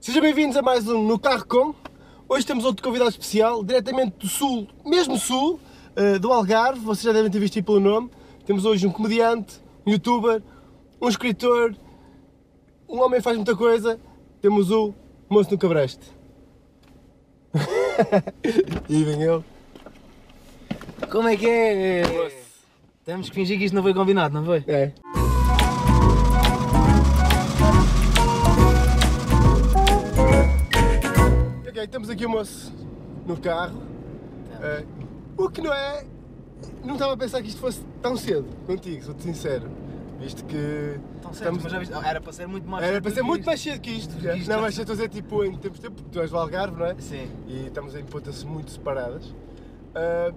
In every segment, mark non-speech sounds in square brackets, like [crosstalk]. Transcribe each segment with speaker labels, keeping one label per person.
Speaker 1: Sejam bem-vindos a mais um No Carro Com. Hoje temos outro convidado especial, diretamente do Sul, mesmo Sul, eh, do Algarve, vocês já devem ter visto aí pelo nome. Temos hoje um comediante, um youtuber, um escritor, um homem que faz muita coisa. Temos o Moço no Cabreste. [laughs] e vem ele.
Speaker 2: Como é que é? Temos que fingir que isto não foi combinado, não foi?
Speaker 1: É. Ok, temos aqui o moço no carro. Eh, o que não é. Não estava a pensar que isto fosse tão cedo contigo, sou-te sincero. Visto que.
Speaker 2: Estão certos,
Speaker 1: estamos-
Speaker 2: mas já viste- Ah, Era para ser muito mais.
Speaker 1: Era
Speaker 2: cedo
Speaker 1: para
Speaker 2: do
Speaker 1: ser
Speaker 2: que
Speaker 1: muito
Speaker 2: isto.
Speaker 1: mais cedo que isto.
Speaker 2: Do que isto
Speaker 1: não,
Speaker 2: já-
Speaker 1: mas estou a dizer tipo em tempos de tempo, porque tu és do Algarve, não é?
Speaker 2: Sim.
Speaker 1: e estamos em pontas muito separadas. Ah,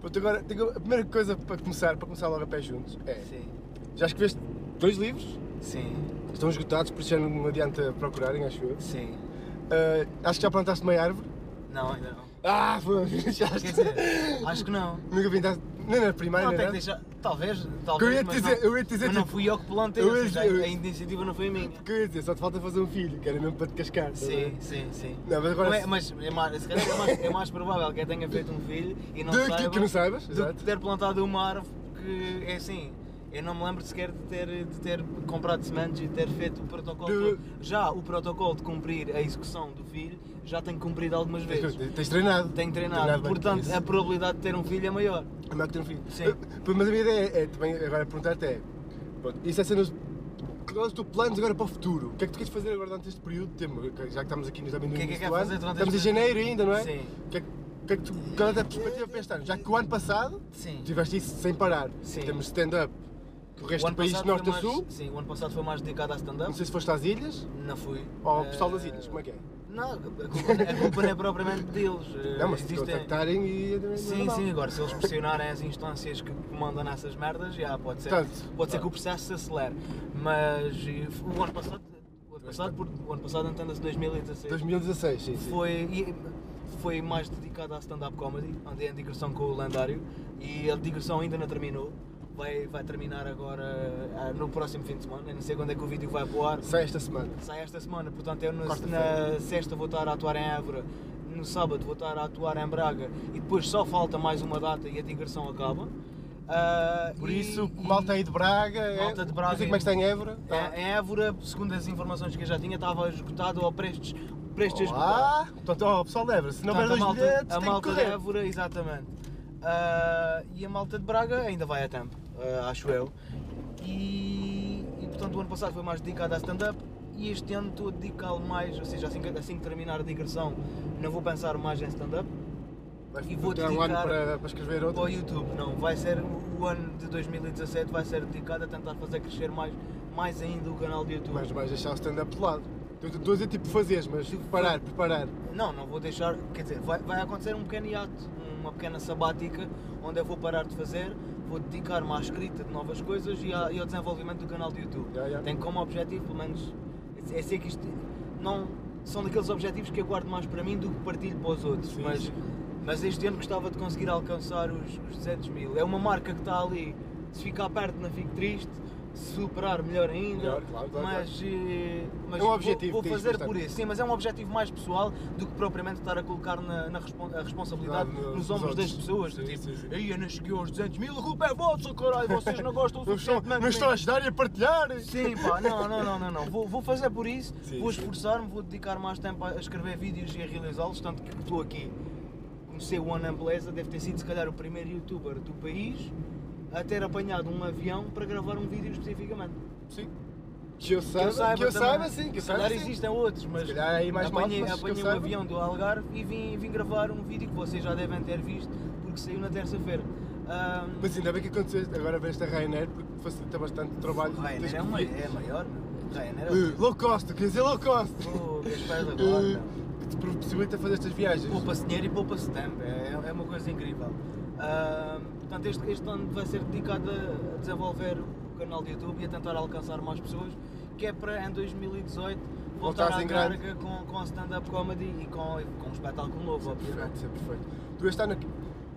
Speaker 1: pronto, agora, tenho- a primeira coisa para começar, para começar logo a pé juntos, é,
Speaker 2: Sim.
Speaker 1: já escreveste dois livros,
Speaker 2: Sim.
Speaker 1: estão esgotados, por isso já não adianta procurarem, acho eu.
Speaker 2: Sim.
Speaker 1: Ah, acho que já plantaste meia árvore.
Speaker 2: Não, ainda não.
Speaker 1: Ah, [laughs] pô, já
Speaker 2: Quer
Speaker 1: [laughs]
Speaker 2: dizer, acho que não.
Speaker 1: Nunca pintaste, nem na primária,
Speaker 2: Não,
Speaker 1: nem
Speaker 2: tem que
Speaker 1: nada.
Speaker 2: deixar. Talvez,
Speaker 1: é? Eu
Speaker 2: talvez.
Speaker 1: ia te
Speaker 2: mas
Speaker 1: dizer,
Speaker 2: não,
Speaker 1: eu ia te dizer,
Speaker 2: mas não
Speaker 1: tipo,
Speaker 2: fui eu que plantei,
Speaker 1: eu
Speaker 2: ou
Speaker 1: ia
Speaker 2: seja,
Speaker 1: dizer-
Speaker 2: a iniciativa não foi minha.
Speaker 1: que eu ia dizer, só te falta fazer um filho, que era mesmo para te cascar. estás a ver?
Speaker 2: Sim, sim, sim.
Speaker 1: Não, mas agora-
Speaker 2: Não é- mas é mais, se calhar é mais, é mais provável que eu tenha feito um filho e não
Speaker 1: De- que-
Speaker 2: saiba
Speaker 1: que não saibas,
Speaker 2: do
Speaker 1: exato.
Speaker 2: que ter plantado uma árvore que é assim. Eu não me lembro sequer de ter, de ter comprado sementes e ter feito o protocolo.
Speaker 1: De-
Speaker 2: todo. Já o protocolo de cumprir a execução do filho, já tenho cumprido algumas vezes.
Speaker 1: Tens, tens treinado.
Speaker 2: Tenho treinado,
Speaker 1: Treinado bem para
Speaker 2: portanto
Speaker 1: isso.
Speaker 2: a probabilidade de ter um filho é maior.
Speaker 1: É melhor que ter um filho.
Speaker 2: Sim.
Speaker 1: Ah, pô, Mas a minha ideia é, é também agora perguntar-te é. pronto, isso é cenas. Qual é o teu planos agora para o futuro? O que é que tu queres fazer agora durante este período de tempo? Já que estamos aqui nos também no
Speaker 2: O que é que
Speaker 1: início
Speaker 2: é
Speaker 1: do
Speaker 2: que é
Speaker 1: um ano.
Speaker 2: fazer durante
Speaker 1: Estamos em
Speaker 2: este período?
Speaker 1: janeiro ainda, não é?
Speaker 2: Sim.
Speaker 1: O que é que- o que é que tu. Qual é a tua perspectiva para este ano? Já que o ano passado
Speaker 2: Sim.
Speaker 1: tiveste isso sem parar.
Speaker 2: Sim.
Speaker 1: Temos stand-up que o resto
Speaker 2: O
Speaker 1: do
Speaker 2: ano
Speaker 1: país
Speaker 2: passado
Speaker 1: de norte
Speaker 2: foi
Speaker 1: a
Speaker 2: mais-
Speaker 1: sul.
Speaker 2: Sim, o ano passado foi mais dedicado a stand-up.
Speaker 1: Não sei se foste às ilhas
Speaker 2: Não fui.
Speaker 1: ou ao pessoal das
Speaker 2: Eh,
Speaker 1: ilhas, como é que é?
Speaker 2: Não, a culpa, não- a culpa não é propriamente deles. eh,
Speaker 1: Não, mas se te
Speaker 2: existem-
Speaker 1: contactarem e. não é
Speaker 2: Sim,
Speaker 1: mal.
Speaker 2: sim, agora se eles pressionarem as instâncias que comandam essas merdas, já pode ser,
Speaker 1: Portanto,
Speaker 2: pode ser
Speaker 1: pá.
Speaker 2: que o processo se acelere. Mas eh, o ano passado, o ano passado, por, o ano passado entenda-se 2016,
Speaker 1: 2016, sim, sim.
Speaker 2: foi, e- foi mais dedicado à stand-up comedy, andei em digressão com o lendário e a digressão ainda não terminou. Vai, vai terminar agora ah, no próximo fim de semana, eu não sei quando é que o vídeo vai para o ar.
Speaker 1: Sai esta semana.
Speaker 2: Sai esta semana, portanto eu na,
Speaker 1: Quarta-feira.
Speaker 2: na sexta vou estar a atuar em Évora, no sábado vou estar a atuar em Braga e depois só falta mais uma data e a digressão acaba. Ah,
Speaker 1: Por
Speaker 2: e-
Speaker 1: isso,
Speaker 2: e
Speaker 1: malta aí de Braga. é-
Speaker 2: Malta de Braga
Speaker 1: Não sei
Speaker 2: e-
Speaker 1: como é que está em Évora.
Speaker 2: em- Em Évora, segundo as informações que eu já tinha, estava esgotado ou prestes, prestes a esgotar.
Speaker 1: Ah, portanto, ó, pessoal, lembra se não houver
Speaker 2: Portanto, a
Speaker 1: dois
Speaker 2: malta,
Speaker 1: bilhetes,
Speaker 2: a
Speaker 1: tem que
Speaker 2: malta de
Speaker 1: correr.
Speaker 2: Évora, exatamente. Ah, e a malta de Braga ainda vai a tempo, ah, acho eu. E, e, portanto o ano passado foi mais dedicado a stand-up e este ano estou a dedicá-lo mais, ou seja, assim que, assim que terminar a digressão não vou pensar mais em stand-up
Speaker 1: Mas
Speaker 2: E vou
Speaker 1: ter um ano
Speaker 2: dedicar
Speaker 1: para, para escrever outro.
Speaker 2: ou YouTube, não, vai ser o o ano de 2017 vai ser dedicado a tentar fazer crescer mais, mais ainda o canal de YouTube.
Speaker 1: Mas vais deixar o stand-up de lado. Tu- tu- Estou a dizer tipo fazeres, mas preparar, preparar.
Speaker 2: Não, não vou deixar, quer dizer, vai, vai acontecer um pequeno hiato, uma pequena sabática, onde eu vou parar de fazer, vou dedicar-me à escrita de novas coisas e, à- e ao desenvolvimento do canal do YouTube.
Speaker 1: Já, já.
Speaker 2: Tenho como objetivo, pelo menos, é ser que isto não são daqueles objetivos que eu guardo mais para mim do que partilho para os outros.
Speaker 1: Sim,
Speaker 2: mas,
Speaker 1: sim.
Speaker 2: mas este ano gostava de conseguir alcançar os, os 200 mil. É uma marca que está ali, se ficar perto não fico triste, se superar melhor ainda.
Speaker 1: Melhor, claro, claro,
Speaker 2: mas, eh, mas
Speaker 1: É um
Speaker 2: vou-
Speaker 1: objetivo
Speaker 2: vou,
Speaker 1: que tens,
Speaker 2: fazer
Speaker 1: portanto.
Speaker 2: por isso. Sim, mas é um objetivo mais pessoal do que propriamente estar a colocar na, na respon- a responsabilidade
Speaker 1: Claro, nos
Speaker 2: nos ombros das
Speaker 1: outros.
Speaker 2: pessoas.
Speaker 1: Sim,
Speaker 2: do tipo,
Speaker 1: sim, sim.
Speaker 2: aí eu não cheguei aos 200 mil, a culpa é vossa, caralho, vocês não gostam do
Speaker 1: [laughs] Não estão,
Speaker 2: suficientemente
Speaker 1: não
Speaker 2: de
Speaker 1: estão a
Speaker 2: mim."
Speaker 1: ajudar e a partilhar.
Speaker 2: Sim,
Speaker 1: [laughs]
Speaker 2: pá, não, não, não, não, não. Vou, vou fazer por isso,
Speaker 1: Sim,
Speaker 2: vou
Speaker 1: sim.
Speaker 2: esforçar-me, vou dedicar mais tempo a escrever vídeos e a realizá-los, tanto que estou aqui. Comecei o ano em Beleza, deve ter sido se calhar o primeiro youtuber do país a ter apanhado um avião para gravar um vídeo especificamente.
Speaker 1: Sim. Que eu saiba, que eu saiba,
Speaker 2: também.
Speaker 1: sim. Que eu
Speaker 2: se
Speaker 1: saiba,
Speaker 2: calhar
Speaker 1: sim.
Speaker 2: existem outros, mas
Speaker 1: Se calhar há aí mais
Speaker 2: apanhei,
Speaker 1: malta, mas que eu
Speaker 2: apanhei um
Speaker 1: saiba.
Speaker 2: avião do Algarve e vim, vim gravar um vídeo que vocês já devem ter visto porque saiu na terça-feira. Ahm,
Speaker 1: Mas ainda bem que aconteceu isto. agora ver esta Ryanair porque facilita bastante o trabalho.
Speaker 2: Ryanair
Speaker 1: Tens que
Speaker 2: é, uma,
Speaker 1: pedir.
Speaker 2: é maior, não? Ryanair é
Speaker 1: Eh, Low cost, quer dizer low cost.
Speaker 2: Pô, que espera agora,
Speaker 1: Eh,
Speaker 2: não.
Speaker 1: Que te possibilita fazer estas viagens.
Speaker 2: Poupa-se dinheiro e poupa-se tempo, é, é uma coisa incrível. Ahm, portanto, este, este ano vai ser dedicado a a desenvolver o canal do YouTube e a tentar alcançar mais pessoas, que é para em 2018 voltar
Speaker 1: Voltares
Speaker 2: à
Speaker 1: em grande.
Speaker 2: carga com, com stand-up comedy e com, com um espetáculo novo, obviamente.
Speaker 1: Perfeito, isso é perfeito. Tu este ano,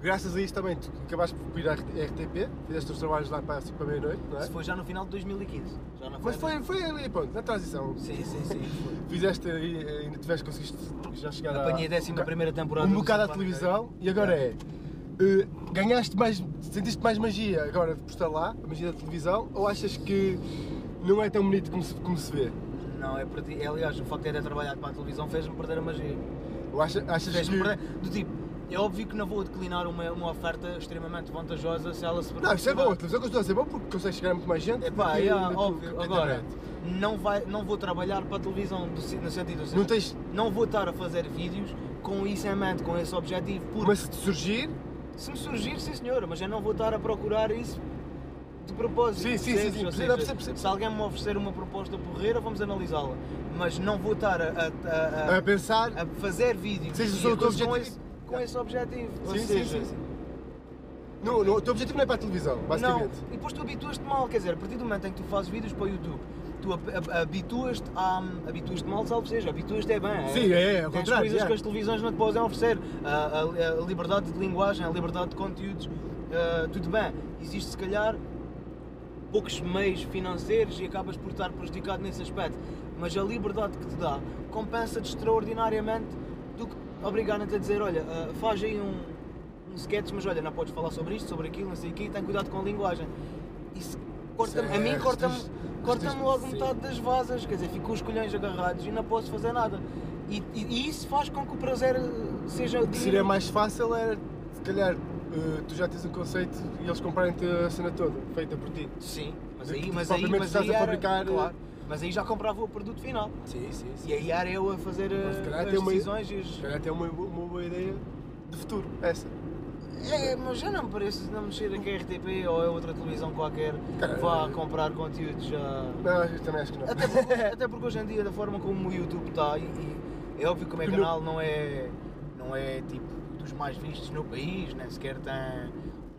Speaker 1: Graças a isso também, tu acabaste por ir à RTP, fizeste os trabalhos lá para, para meia-noite, não é?
Speaker 2: Isso foi já no final de 2015. Já não
Speaker 1: Mas foi, foi ali, pronto, na transição.
Speaker 2: Sim, sim, sim. Foi.
Speaker 1: Fizeste, e ainda tiveste, conseguiste já chegar à-
Speaker 2: Apanhei a décima primeira temporada.
Speaker 1: um
Speaker 2: do
Speaker 1: bocado à
Speaker 2: South Park.
Speaker 1: televisão e agora é. eh, ganhaste mais. sentiste mais magia agora por estar lá, a magia da televisão, ou achas que não é tão bonito como se, como se vê?
Speaker 2: Não, é para ti. é, Aliás, o facto de ter trabalhado para a televisão fez-me perder a magia.
Speaker 1: Ou acha, achas
Speaker 2: Fez-me
Speaker 1: que.
Speaker 2: perder. Do tipo, é óbvio que não vou declinar uma, uma oferta extremamente vantajosa se ela se
Speaker 1: Não, isso é bom, a televisão continua a ser bom porque consegues chegar a muito mais gente.
Speaker 2: É
Speaker 1: do
Speaker 2: pá,
Speaker 1: que
Speaker 2: é
Speaker 1: na tua-
Speaker 2: óbvio.
Speaker 1: na
Speaker 2: Agora,
Speaker 1: internet.
Speaker 2: não, vai, não vou trabalhar para a televisão do si- no sentido assim.
Speaker 1: Não tens.
Speaker 2: Não vou estar a fazer vídeos com isso em mente, com esse objetivo, porque
Speaker 1: Mas se te surgir.
Speaker 2: se me surgir, sim senhora, mas eu não vou estar a procurar isso de propósito.
Speaker 1: Sim, sim,
Speaker 2: percebes?
Speaker 1: sim, sim,
Speaker 2: Ou
Speaker 1: percebo,
Speaker 2: seja,
Speaker 1: percebo, percebo.
Speaker 2: Se alguém me oferecer uma proposta porreira, vamos analisá-la. Mas não vou estar a, a- a- a-
Speaker 1: a pensar.
Speaker 2: a fazer vídeos
Speaker 1: Seja
Speaker 2: e
Speaker 1: só o teu
Speaker 2: coisas com
Speaker 1: objetivo.
Speaker 2: esse, com esse objetivo. Ou
Speaker 1: Sim, sim,
Speaker 2: seja,
Speaker 1: sim, sim. Não, não, o teu objetivo não é para a televisão,
Speaker 2: não,
Speaker 1: basicamente.
Speaker 2: e depois tu habituas-te mal, quer dizer, a partir do momento em que tu fazes vídeos para o YouTube, tu hab- hab- habituas-te a. hum, habituas-te mal, salvo seja, habituas-te é bem.
Speaker 1: Sim, é, é, ao
Speaker 2: Tens
Speaker 1: contrário.
Speaker 2: coisas
Speaker 1: yeah.
Speaker 2: que as televisões não te podem oferecer. A, a- a liberdade de linguagem, a liberdade de conteúdos, ah, tudo bem. Existe, se calhar, poucos meios financeiros e acabas por estar prejudicado nesse aspecto. Mas a liberdade que te dá compensa-te extraordinariamente do que obrigarem-te a dizer: olha, ah, faz aí um, um sketch, mas olha, não podes falar sobre isto, sobre aquilo, não sei o quê, e tem cuidado com a linguagem. Isso corta a mim
Speaker 1: Certo,
Speaker 2: corta-me
Speaker 1: tens-
Speaker 2: corta
Speaker 1: tens-
Speaker 2: logo
Speaker 1: é, sim.
Speaker 2: metade das vasas, quer dizer, fico com os colhões agarrados e não posso fazer nada. E, e- e isso faz com que o prazer eh, seja.
Speaker 1: que
Speaker 2: diminuído.
Speaker 1: seria mais fácil era, se calhar, eh, tu já tens um conceito e eles comprarem-te a cena toda, feita por ti.
Speaker 2: Sim, mas
Speaker 1: Do que
Speaker 2: aí,
Speaker 1: tu
Speaker 2: mas aí,
Speaker 1: propriamente
Speaker 2: mas
Speaker 1: estás
Speaker 2: aí
Speaker 1: a
Speaker 2: era-
Speaker 1: fabricar, eh,
Speaker 2: claro, mas aí já comprava o produto final.
Speaker 1: Sim, sim,
Speaker 2: E aí era eu a fazer eh,
Speaker 1: Mas se calhar
Speaker 2: as
Speaker 1: tem uma-
Speaker 2: decisões e
Speaker 1: Se
Speaker 2: as...
Speaker 1: calhar até é uma, uma boa ideia de futuro, essa.
Speaker 2: É, mas já não me parece não mexer aqui a RTP ou a outra televisão qualquer
Speaker 1: Cara,
Speaker 2: vá
Speaker 1: eh,
Speaker 2: comprar conteúdos já.
Speaker 1: Não, eu também acho que não.
Speaker 2: Até porque, até porque hoje em dia, da forma como o YouTube está, e, e é óbvio que o meu
Speaker 1: Porque
Speaker 2: canal não é, não é tipo dos mais vistos no país, nem sequer tem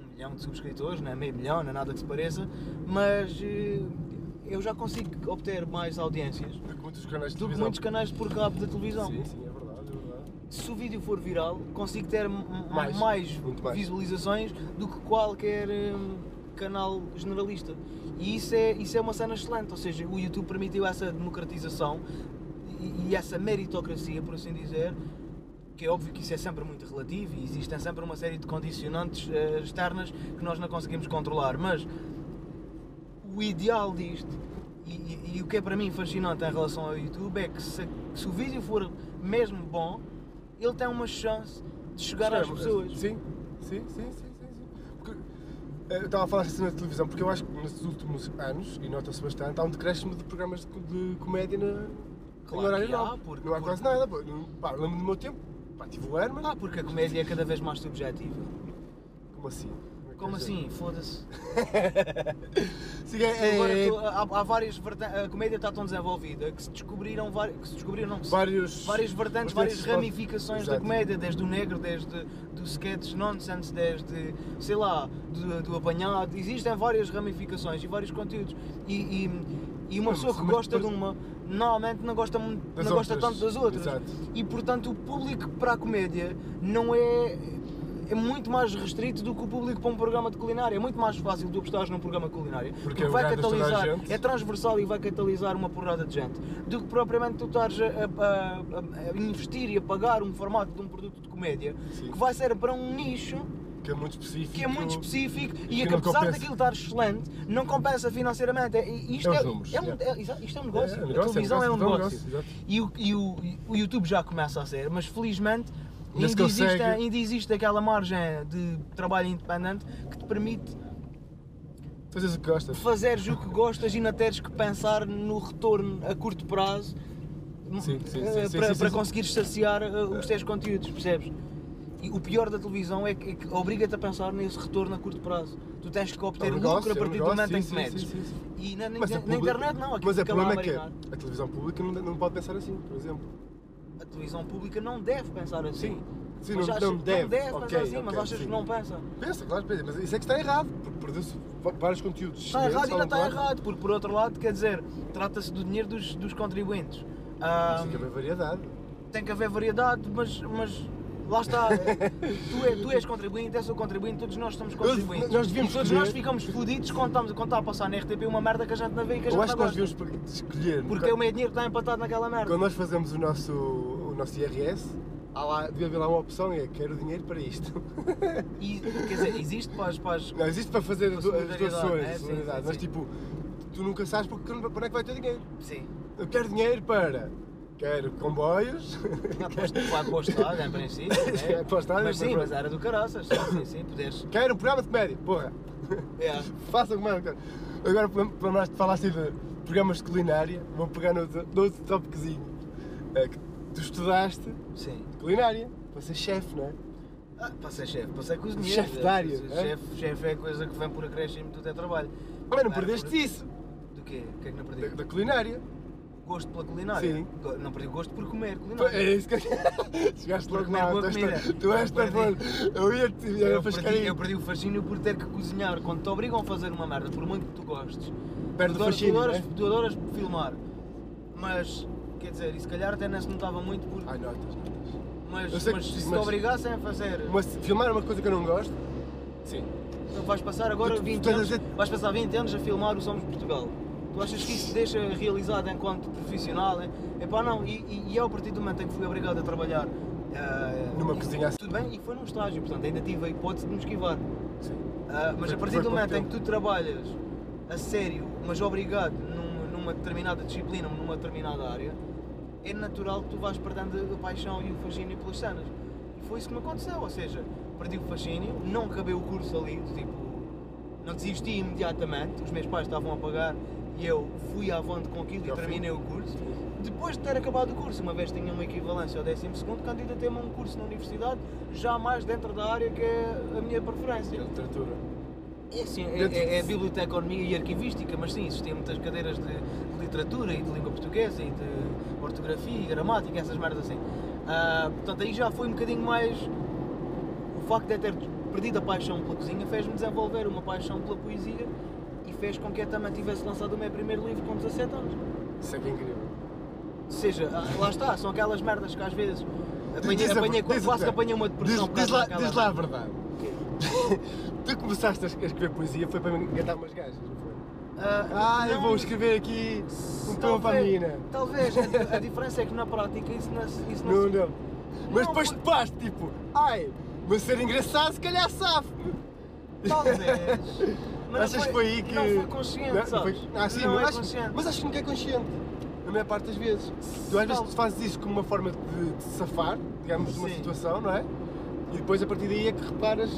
Speaker 2: um milhão de subscritores, nem meio milhão, nem nada que se pareça, mas eh, eu já consigo obter mais audiências
Speaker 1: Do que muitos canais de
Speaker 2: do que
Speaker 1: televisão.
Speaker 2: muitos canais por cabo da televisão.
Speaker 1: Sim, sim, é verdade, é verdade.
Speaker 2: Se o vídeo for viral, consigo ter m- m-
Speaker 1: Mais,
Speaker 2: mais,
Speaker 1: muito mais.
Speaker 2: visualizações do que qualquer hum, canal generalista. E isso é, isso é uma cena excelente, ou seja, o YouTube permitiu essa democratização e, e essa meritocracia, por assim dizer, que é óbvio que isso é sempre muito relativo e existem sempre uma série de condicionantes eh, externas que nós não conseguimos controlar, mas o ideal disto e, e- e o que é para mim fascinante em relação ao YouTube é que se, se o vídeo for mesmo bom, ele tem uma chance de chegar às
Speaker 1: Sim,
Speaker 2: pessoas.
Speaker 1: Sim, sim, sim, sim, sim. sim. Porque, eh, eu estava a falar assim na televisão, porque eu acho que nos últimos anos, e nota-se bastante, há um decréscimo de programas de, co- de comédia na.
Speaker 2: Claro
Speaker 1: no horário
Speaker 2: que há,
Speaker 1: nobre.
Speaker 2: porque-
Speaker 1: não há
Speaker 2: porque-
Speaker 1: quase nada. pô. Não- pá, Lembro-me do meu tempo, pá, tive o Herman.
Speaker 2: Ah, porque a comédia é cada vez mais subjetiva.
Speaker 1: Como assim? é que
Speaker 2: Como
Speaker 1: queres dizer?
Speaker 2: assim? Foda-se.
Speaker 1: Sim, [laughs] é, é-
Speaker 2: Agora
Speaker 1: é-
Speaker 2: tu- há, há várias vertentes. A comédia está tão desenvolvida que se descobriram vari- que se descobriram não, se-
Speaker 1: vários.
Speaker 2: várias vertentes, várias
Speaker 1: pode-
Speaker 2: ramificações da
Speaker 1: Exato.
Speaker 2: comédia, desde o negro, desde do sketch nonsense, desde, sei lá, do, do apanhado, existem várias ramificações e vários conteúdos. E, e, e uma
Speaker 1: Não,
Speaker 2: pessoa que
Speaker 1: mas
Speaker 2: gosta de
Speaker 1: depois-
Speaker 2: uma, normalmente não gosta, muito-
Speaker 1: Das
Speaker 2: não gosta
Speaker 1: outras,
Speaker 2: tanto das outras.
Speaker 1: exato.
Speaker 2: E portanto o público para a comédia não é. É muito mais restrito do que o público para um programa de culinária. É muito mais fácil tu apostares num programa de culinária.
Speaker 1: Porque é agarras toda a
Speaker 2: catalisar,
Speaker 1: gente.
Speaker 2: é transversal e vai catalisar uma porrada de gente, do que propriamente tu estares a, a- a- a investir e a pagar um formato de um produto de comédia
Speaker 1: Sim.
Speaker 2: que vai ser para um nicho
Speaker 1: Que é muito específico.
Speaker 2: que é muito específico
Speaker 1: que
Speaker 2: e que
Speaker 1: não
Speaker 2: apesar
Speaker 1: compensa.
Speaker 2: daquilo estar excelente, não compensa financeiramente. É- e Isto
Speaker 1: É
Speaker 2: é,
Speaker 1: os números,
Speaker 2: é um-
Speaker 1: é.
Speaker 2: é- exa- isto é um negócio.
Speaker 1: É, é um negócio,
Speaker 2: a televisão
Speaker 1: é
Speaker 2: é
Speaker 1: um
Speaker 2: um
Speaker 1: negócio,
Speaker 2: negócio.
Speaker 1: é um negócio,
Speaker 2: e o, e o, o YouTube já começa a ser, mas felizmente
Speaker 1: Ainda
Speaker 2: ainda
Speaker 1: se
Speaker 2: existe,
Speaker 1: consegue.
Speaker 2: ainda existe aquela margem de trabalho independente que te permite
Speaker 1: Fazes o que gostas.
Speaker 2: fazeres o que gostas e não teres que pensar no retorno a curto prazo
Speaker 1: Sim, sim,
Speaker 2: eh,
Speaker 1: sim, sim,
Speaker 2: para,
Speaker 1: sim, sim,
Speaker 2: para
Speaker 1: sim.
Speaker 2: conseguires saciar eh, os teus conteúdos, percebes? E o pior da televisão é que, é que obriga-te a pensar nesse retorno a curto prazo. Tu tens que obter
Speaker 1: É um negócio,
Speaker 2: lucro a
Speaker 1: é um
Speaker 2: partir do
Speaker 1: negócio,
Speaker 2: momento em
Speaker 1: sim,
Speaker 2: que
Speaker 1: sim,
Speaker 2: metes.
Speaker 1: sim, sim, sim.
Speaker 2: E na, na-
Speaker 1: Mas a
Speaker 2: na
Speaker 1: público-
Speaker 2: internet não, aquilo
Speaker 1: Mas o
Speaker 2: fica lá
Speaker 1: problema
Speaker 2: a
Speaker 1: é que
Speaker 2: marinar.
Speaker 1: a televisão pública não, não pode pensar assim, por exemplo.
Speaker 2: A televisão pública não deve pensar assim.
Speaker 1: Sim,
Speaker 2: Mas
Speaker 1: não,
Speaker 2: achas-
Speaker 1: não deve.
Speaker 2: pensar
Speaker 1: Ok,
Speaker 2: assim, mas
Speaker 1: ok,
Speaker 2: achas
Speaker 1: sim.
Speaker 2: que não pensa?
Speaker 1: Pensa, claro, pensa, mas isso é que está errado, porque produz va- vários conteúdos.
Speaker 2: Está
Speaker 1: excelentes
Speaker 2: Tá errado e
Speaker 1: ao
Speaker 2: ainda está
Speaker 1: longo do ano.
Speaker 2: errado, porque por outro lado, quer dizer, trata-se do dinheiro dos,
Speaker 1: é
Speaker 2: dos contribuintes. Ah,
Speaker 1: Mas tem que haver variedade.
Speaker 2: tem que haver variedade, mas, mas Lá está. eh, tu, é- tu és contribuinte, eu sou contribuinte, todos nós somos contribuintes.
Speaker 1: nós devíamos
Speaker 2: todos
Speaker 1: poder-
Speaker 2: nós ficamos fodidos quando estamos quando está a passar na RTP uma merda que a gente não vê e que a gente
Speaker 1: Eu acho
Speaker 2: não
Speaker 1: que nós
Speaker 2: gosta.
Speaker 1: devemos pre- escolher.
Speaker 2: Porque é o meu dinheiro que está empatado naquela merda.
Speaker 1: Quando nós fazemos o nosso, o nosso IRS, há lá, devia haver lá uma opção é quero dinheiro para isto. [laughs]
Speaker 2: E, quer dizer, existe para as. Para as-
Speaker 1: Não, existe para fazer as do- as
Speaker 2: Solidariedade,
Speaker 1: doações,
Speaker 2: né?
Speaker 1: a
Speaker 2: Sim,
Speaker 1: solidariedade,
Speaker 2: sim,
Speaker 1: mas
Speaker 2: sim.
Speaker 1: tipo, tu nunca sabes porque, para onde é que vai ter dinheiro.
Speaker 2: Sim.
Speaker 1: Eu quero dinheiro para. Quero comboios. [laughs]
Speaker 2: Aposto que vai para o estádio, em princípio. né?
Speaker 1: É, para o estádio,
Speaker 2: Mas
Speaker 1: mas
Speaker 2: sim,
Speaker 1: pronto.
Speaker 2: mas era do caraças. Sim, sim, sim, poderes.
Speaker 1: Quero um programa de comédia. Porra,
Speaker 2: É.
Speaker 1: faça alguma coisa. Agora, para- para nós falaste de programas de culinária, vou pegar no outro, no outro topiczinho. É que tu estudaste
Speaker 2: Sim.
Speaker 1: culinária, para ser chefe, não é?
Speaker 2: Ah, passei chefe, passei cozinheiro.
Speaker 1: Chefe de área, é?
Speaker 2: Chefe chefe é a coisa que vem por acréscimo do teu trabalho.
Speaker 1: Mas não
Speaker 2: Ah,
Speaker 1: perdeste
Speaker 2: por-
Speaker 1: isso,
Speaker 2: Do quê? O que é que não
Speaker 1: da,
Speaker 2: perdi?
Speaker 1: da culinária.
Speaker 2: Gosto pela culinária.
Speaker 1: Sim.
Speaker 2: Go- Não perdi o gosto por comer
Speaker 1: É
Speaker 2: culinária.
Speaker 1: isso que eu... [laughs] Chegaste logo
Speaker 2: Comer
Speaker 1: lá,
Speaker 2: boa
Speaker 1: tu és-
Speaker 2: comida.
Speaker 1: tu és
Speaker 2: Perdi.
Speaker 1: tapão. Eu ia-te ia
Speaker 2: Eu
Speaker 1: para
Speaker 2: perdi, eu perdi o fascínio por ter que cozinhar quando te obrigam a fazer uma merda, por muito que tu gostes.
Speaker 1: Perde
Speaker 2: tu
Speaker 1: o
Speaker 2: adoras- tu
Speaker 1: fascínio,
Speaker 2: adoras,
Speaker 1: né?
Speaker 2: tu adoras filmar, mas quer dizer, e se calhar até não se notava muito porque.
Speaker 1: Ai, notas, notas.
Speaker 2: mas,
Speaker 1: eu sei
Speaker 2: mas
Speaker 1: que-
Speaker 2: se
Speaker 1: mas-
Speaker 2: te obrigassem a fazer.
Speaker 1: Mas filmar é uma coisa que eu não gosto.
Speaker 2: Sim. Então vais passar agora
Speaker 1: Tu- tu
Speaker 2: 20
Speaker 1: estás a
Speaker 2: anos,
Speaker 1: dizer-
Speaker 2: vais passar 20 anos a filmar o Somos Portugal. Tu achas que isso te deixa realizado enquanto profissional? hein? Epá, não. E, e, e eu, a partir do momento em que fui obrigado a trabalhar ah,
Speaker 1: Numa
Speaker 2: e-
Speaker 1: cozinha assim.
Speaker 2: Tudo bem, e foi num estágio, portanto ainda tive a hipótese de me esquivar. Ah, mas
Speaker 1: Foi-
Speaker 2: a partir
Speaker 1: foi
Speaker 2: do
Speaker 1: pouco
Speaker 2: momento em que
Speaker 1: é tempo.
Speaker 2: tu trabalhas a sério, mas obrigado num- numa determinada disciplina, numa determinada área, é natural que tu vais perdendo a paixão e o fascínio pelas cenas. E foi isso que me aconteceu, ou seja, perdi o fascínio, não acabei o curso ali, do tipo, não desisti imediatamente, os meus pais estavam a pagar e eu fui à avante com aquilo
Speaker 1: Já
Speaker 2: e
Speaker 1: fui.
Speaker 2: terminei o curso. Depois de ter acabado o curso, uma vez tinha uma equivalência ao 12 º candidatei-me a um curso na universidade, já mais dentro da área que é a minha preferência.
Speaker 1: Literatura.
Speaker 2: É, sim, é,
Speaker 1: Dentro
Speaker 2: é, é
Speaker 1: de-
Speaker 2: biblioteconomia e arquivística, mas sim, existem muitas cadeiras de literatura e de língua portuguesa e de ortografia e gramática, essas merdas assim. Ah, portanto, aí já foi um bocadinho mais. O facto de eu ter perdido a paixão pela cozinha fez-me desenvolver uma paixão pela poesia e fez com que eu também tivesse lançado o meu primeiro livro com 17 anos.
Speaker 1: Isso é que é incrível.
Speaker 2: Ou seja, ah, lá está, são aquelas merdas que às vezes apanhei,
Speaker 1: Diz a-
Speaker 2: apanhei,
Speaker 1: diz a-
Speaker 2: quase que apanhei uma depressão. por
Speaker 1: Diz, diz
Speaker 2: causa
Speaker 1: lá,
Speaker 2: daquela
Speaker 1: diz lá a
Speaker 2: merda.
Speaker 1: verdade. [laughs] tu começaste a es- a escrever poesia foi para me engatar umas gajas, não foi?
Speaker 2: Ah,
Speaker 1: Ah, eu
Speaker 2: não,
Speaker 1: vou escrever aqui um poema para a
Speaker 2: Talvez-
Speaker 1: menina.
Speaker 2: Talvez, a, a diferença é que na prática isso não, se- isso não,
Speaker 1: Não,
Speaker 2: se-
Speaker 1: não. Mas
Speaker 2: Não,
Speaker 1: depois
Speaker 2: foi-
Speaker 1: topaste, tipo, ai, mas ser engraçado se calhar sabe.
Speaker 2: Talvez.
Speaker 1: [laughs]
Speaker 2: não
Speaker 1: Achas que foi aí que.
Speaker 2: Não foi consciente,
Speaker 1: Não, não
Speaker 2: sabes?
Speaker 1: foi- Ah, sim,
Speaker 2: não
Speaker 1: mas,
Speaker 2: é
Speaker 1: acho,
Speaker 2: consciente.
Speaker 1: mas acho que nunca é consciente. Na maior parte das vezes. Tu às vezes
Speaker 2: Talvez.
Speaker 1: fazes isso como uma forma de, de safar, digamos, de uma
Speaker 2: Sim.
Speaker 1: situação, não é? E depois a partir daí é que reparas.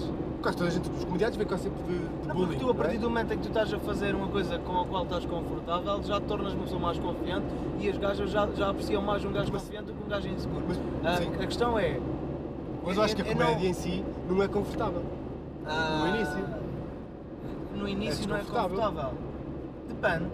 Speaker 1: Quase toda a gente dos comediantes vem com sempre de, de
Speaker 2: Não,
Speaker 1: bullying.
Speaker 2: porque tu, a
Speaker 1: não é?
Speaker 2: partir do momento em que tu estás a fazer uma coisa com a qual estás confortável, já te tornas uma pessoa mais confiante e as gajas já, já apreciam mais um gajo
Speaker 1: Mas-
Speaker 2: confiante do que um gajo inseguro.
Speaker 1: Mas,
Speaker 2: Ah,
Speaker 1: sim.
Speaker 2: a questão é.
Speaker 1: Mas eu acho que a
Speaker 2: é- é não-
Speaker 1: comédia em si não é confortável.
Speaker 2: Ah,
Speaker 1: início.
Speaker 2: No início não é
Speaker 1: desconfortável.
Speaker 2: confortável. Depende.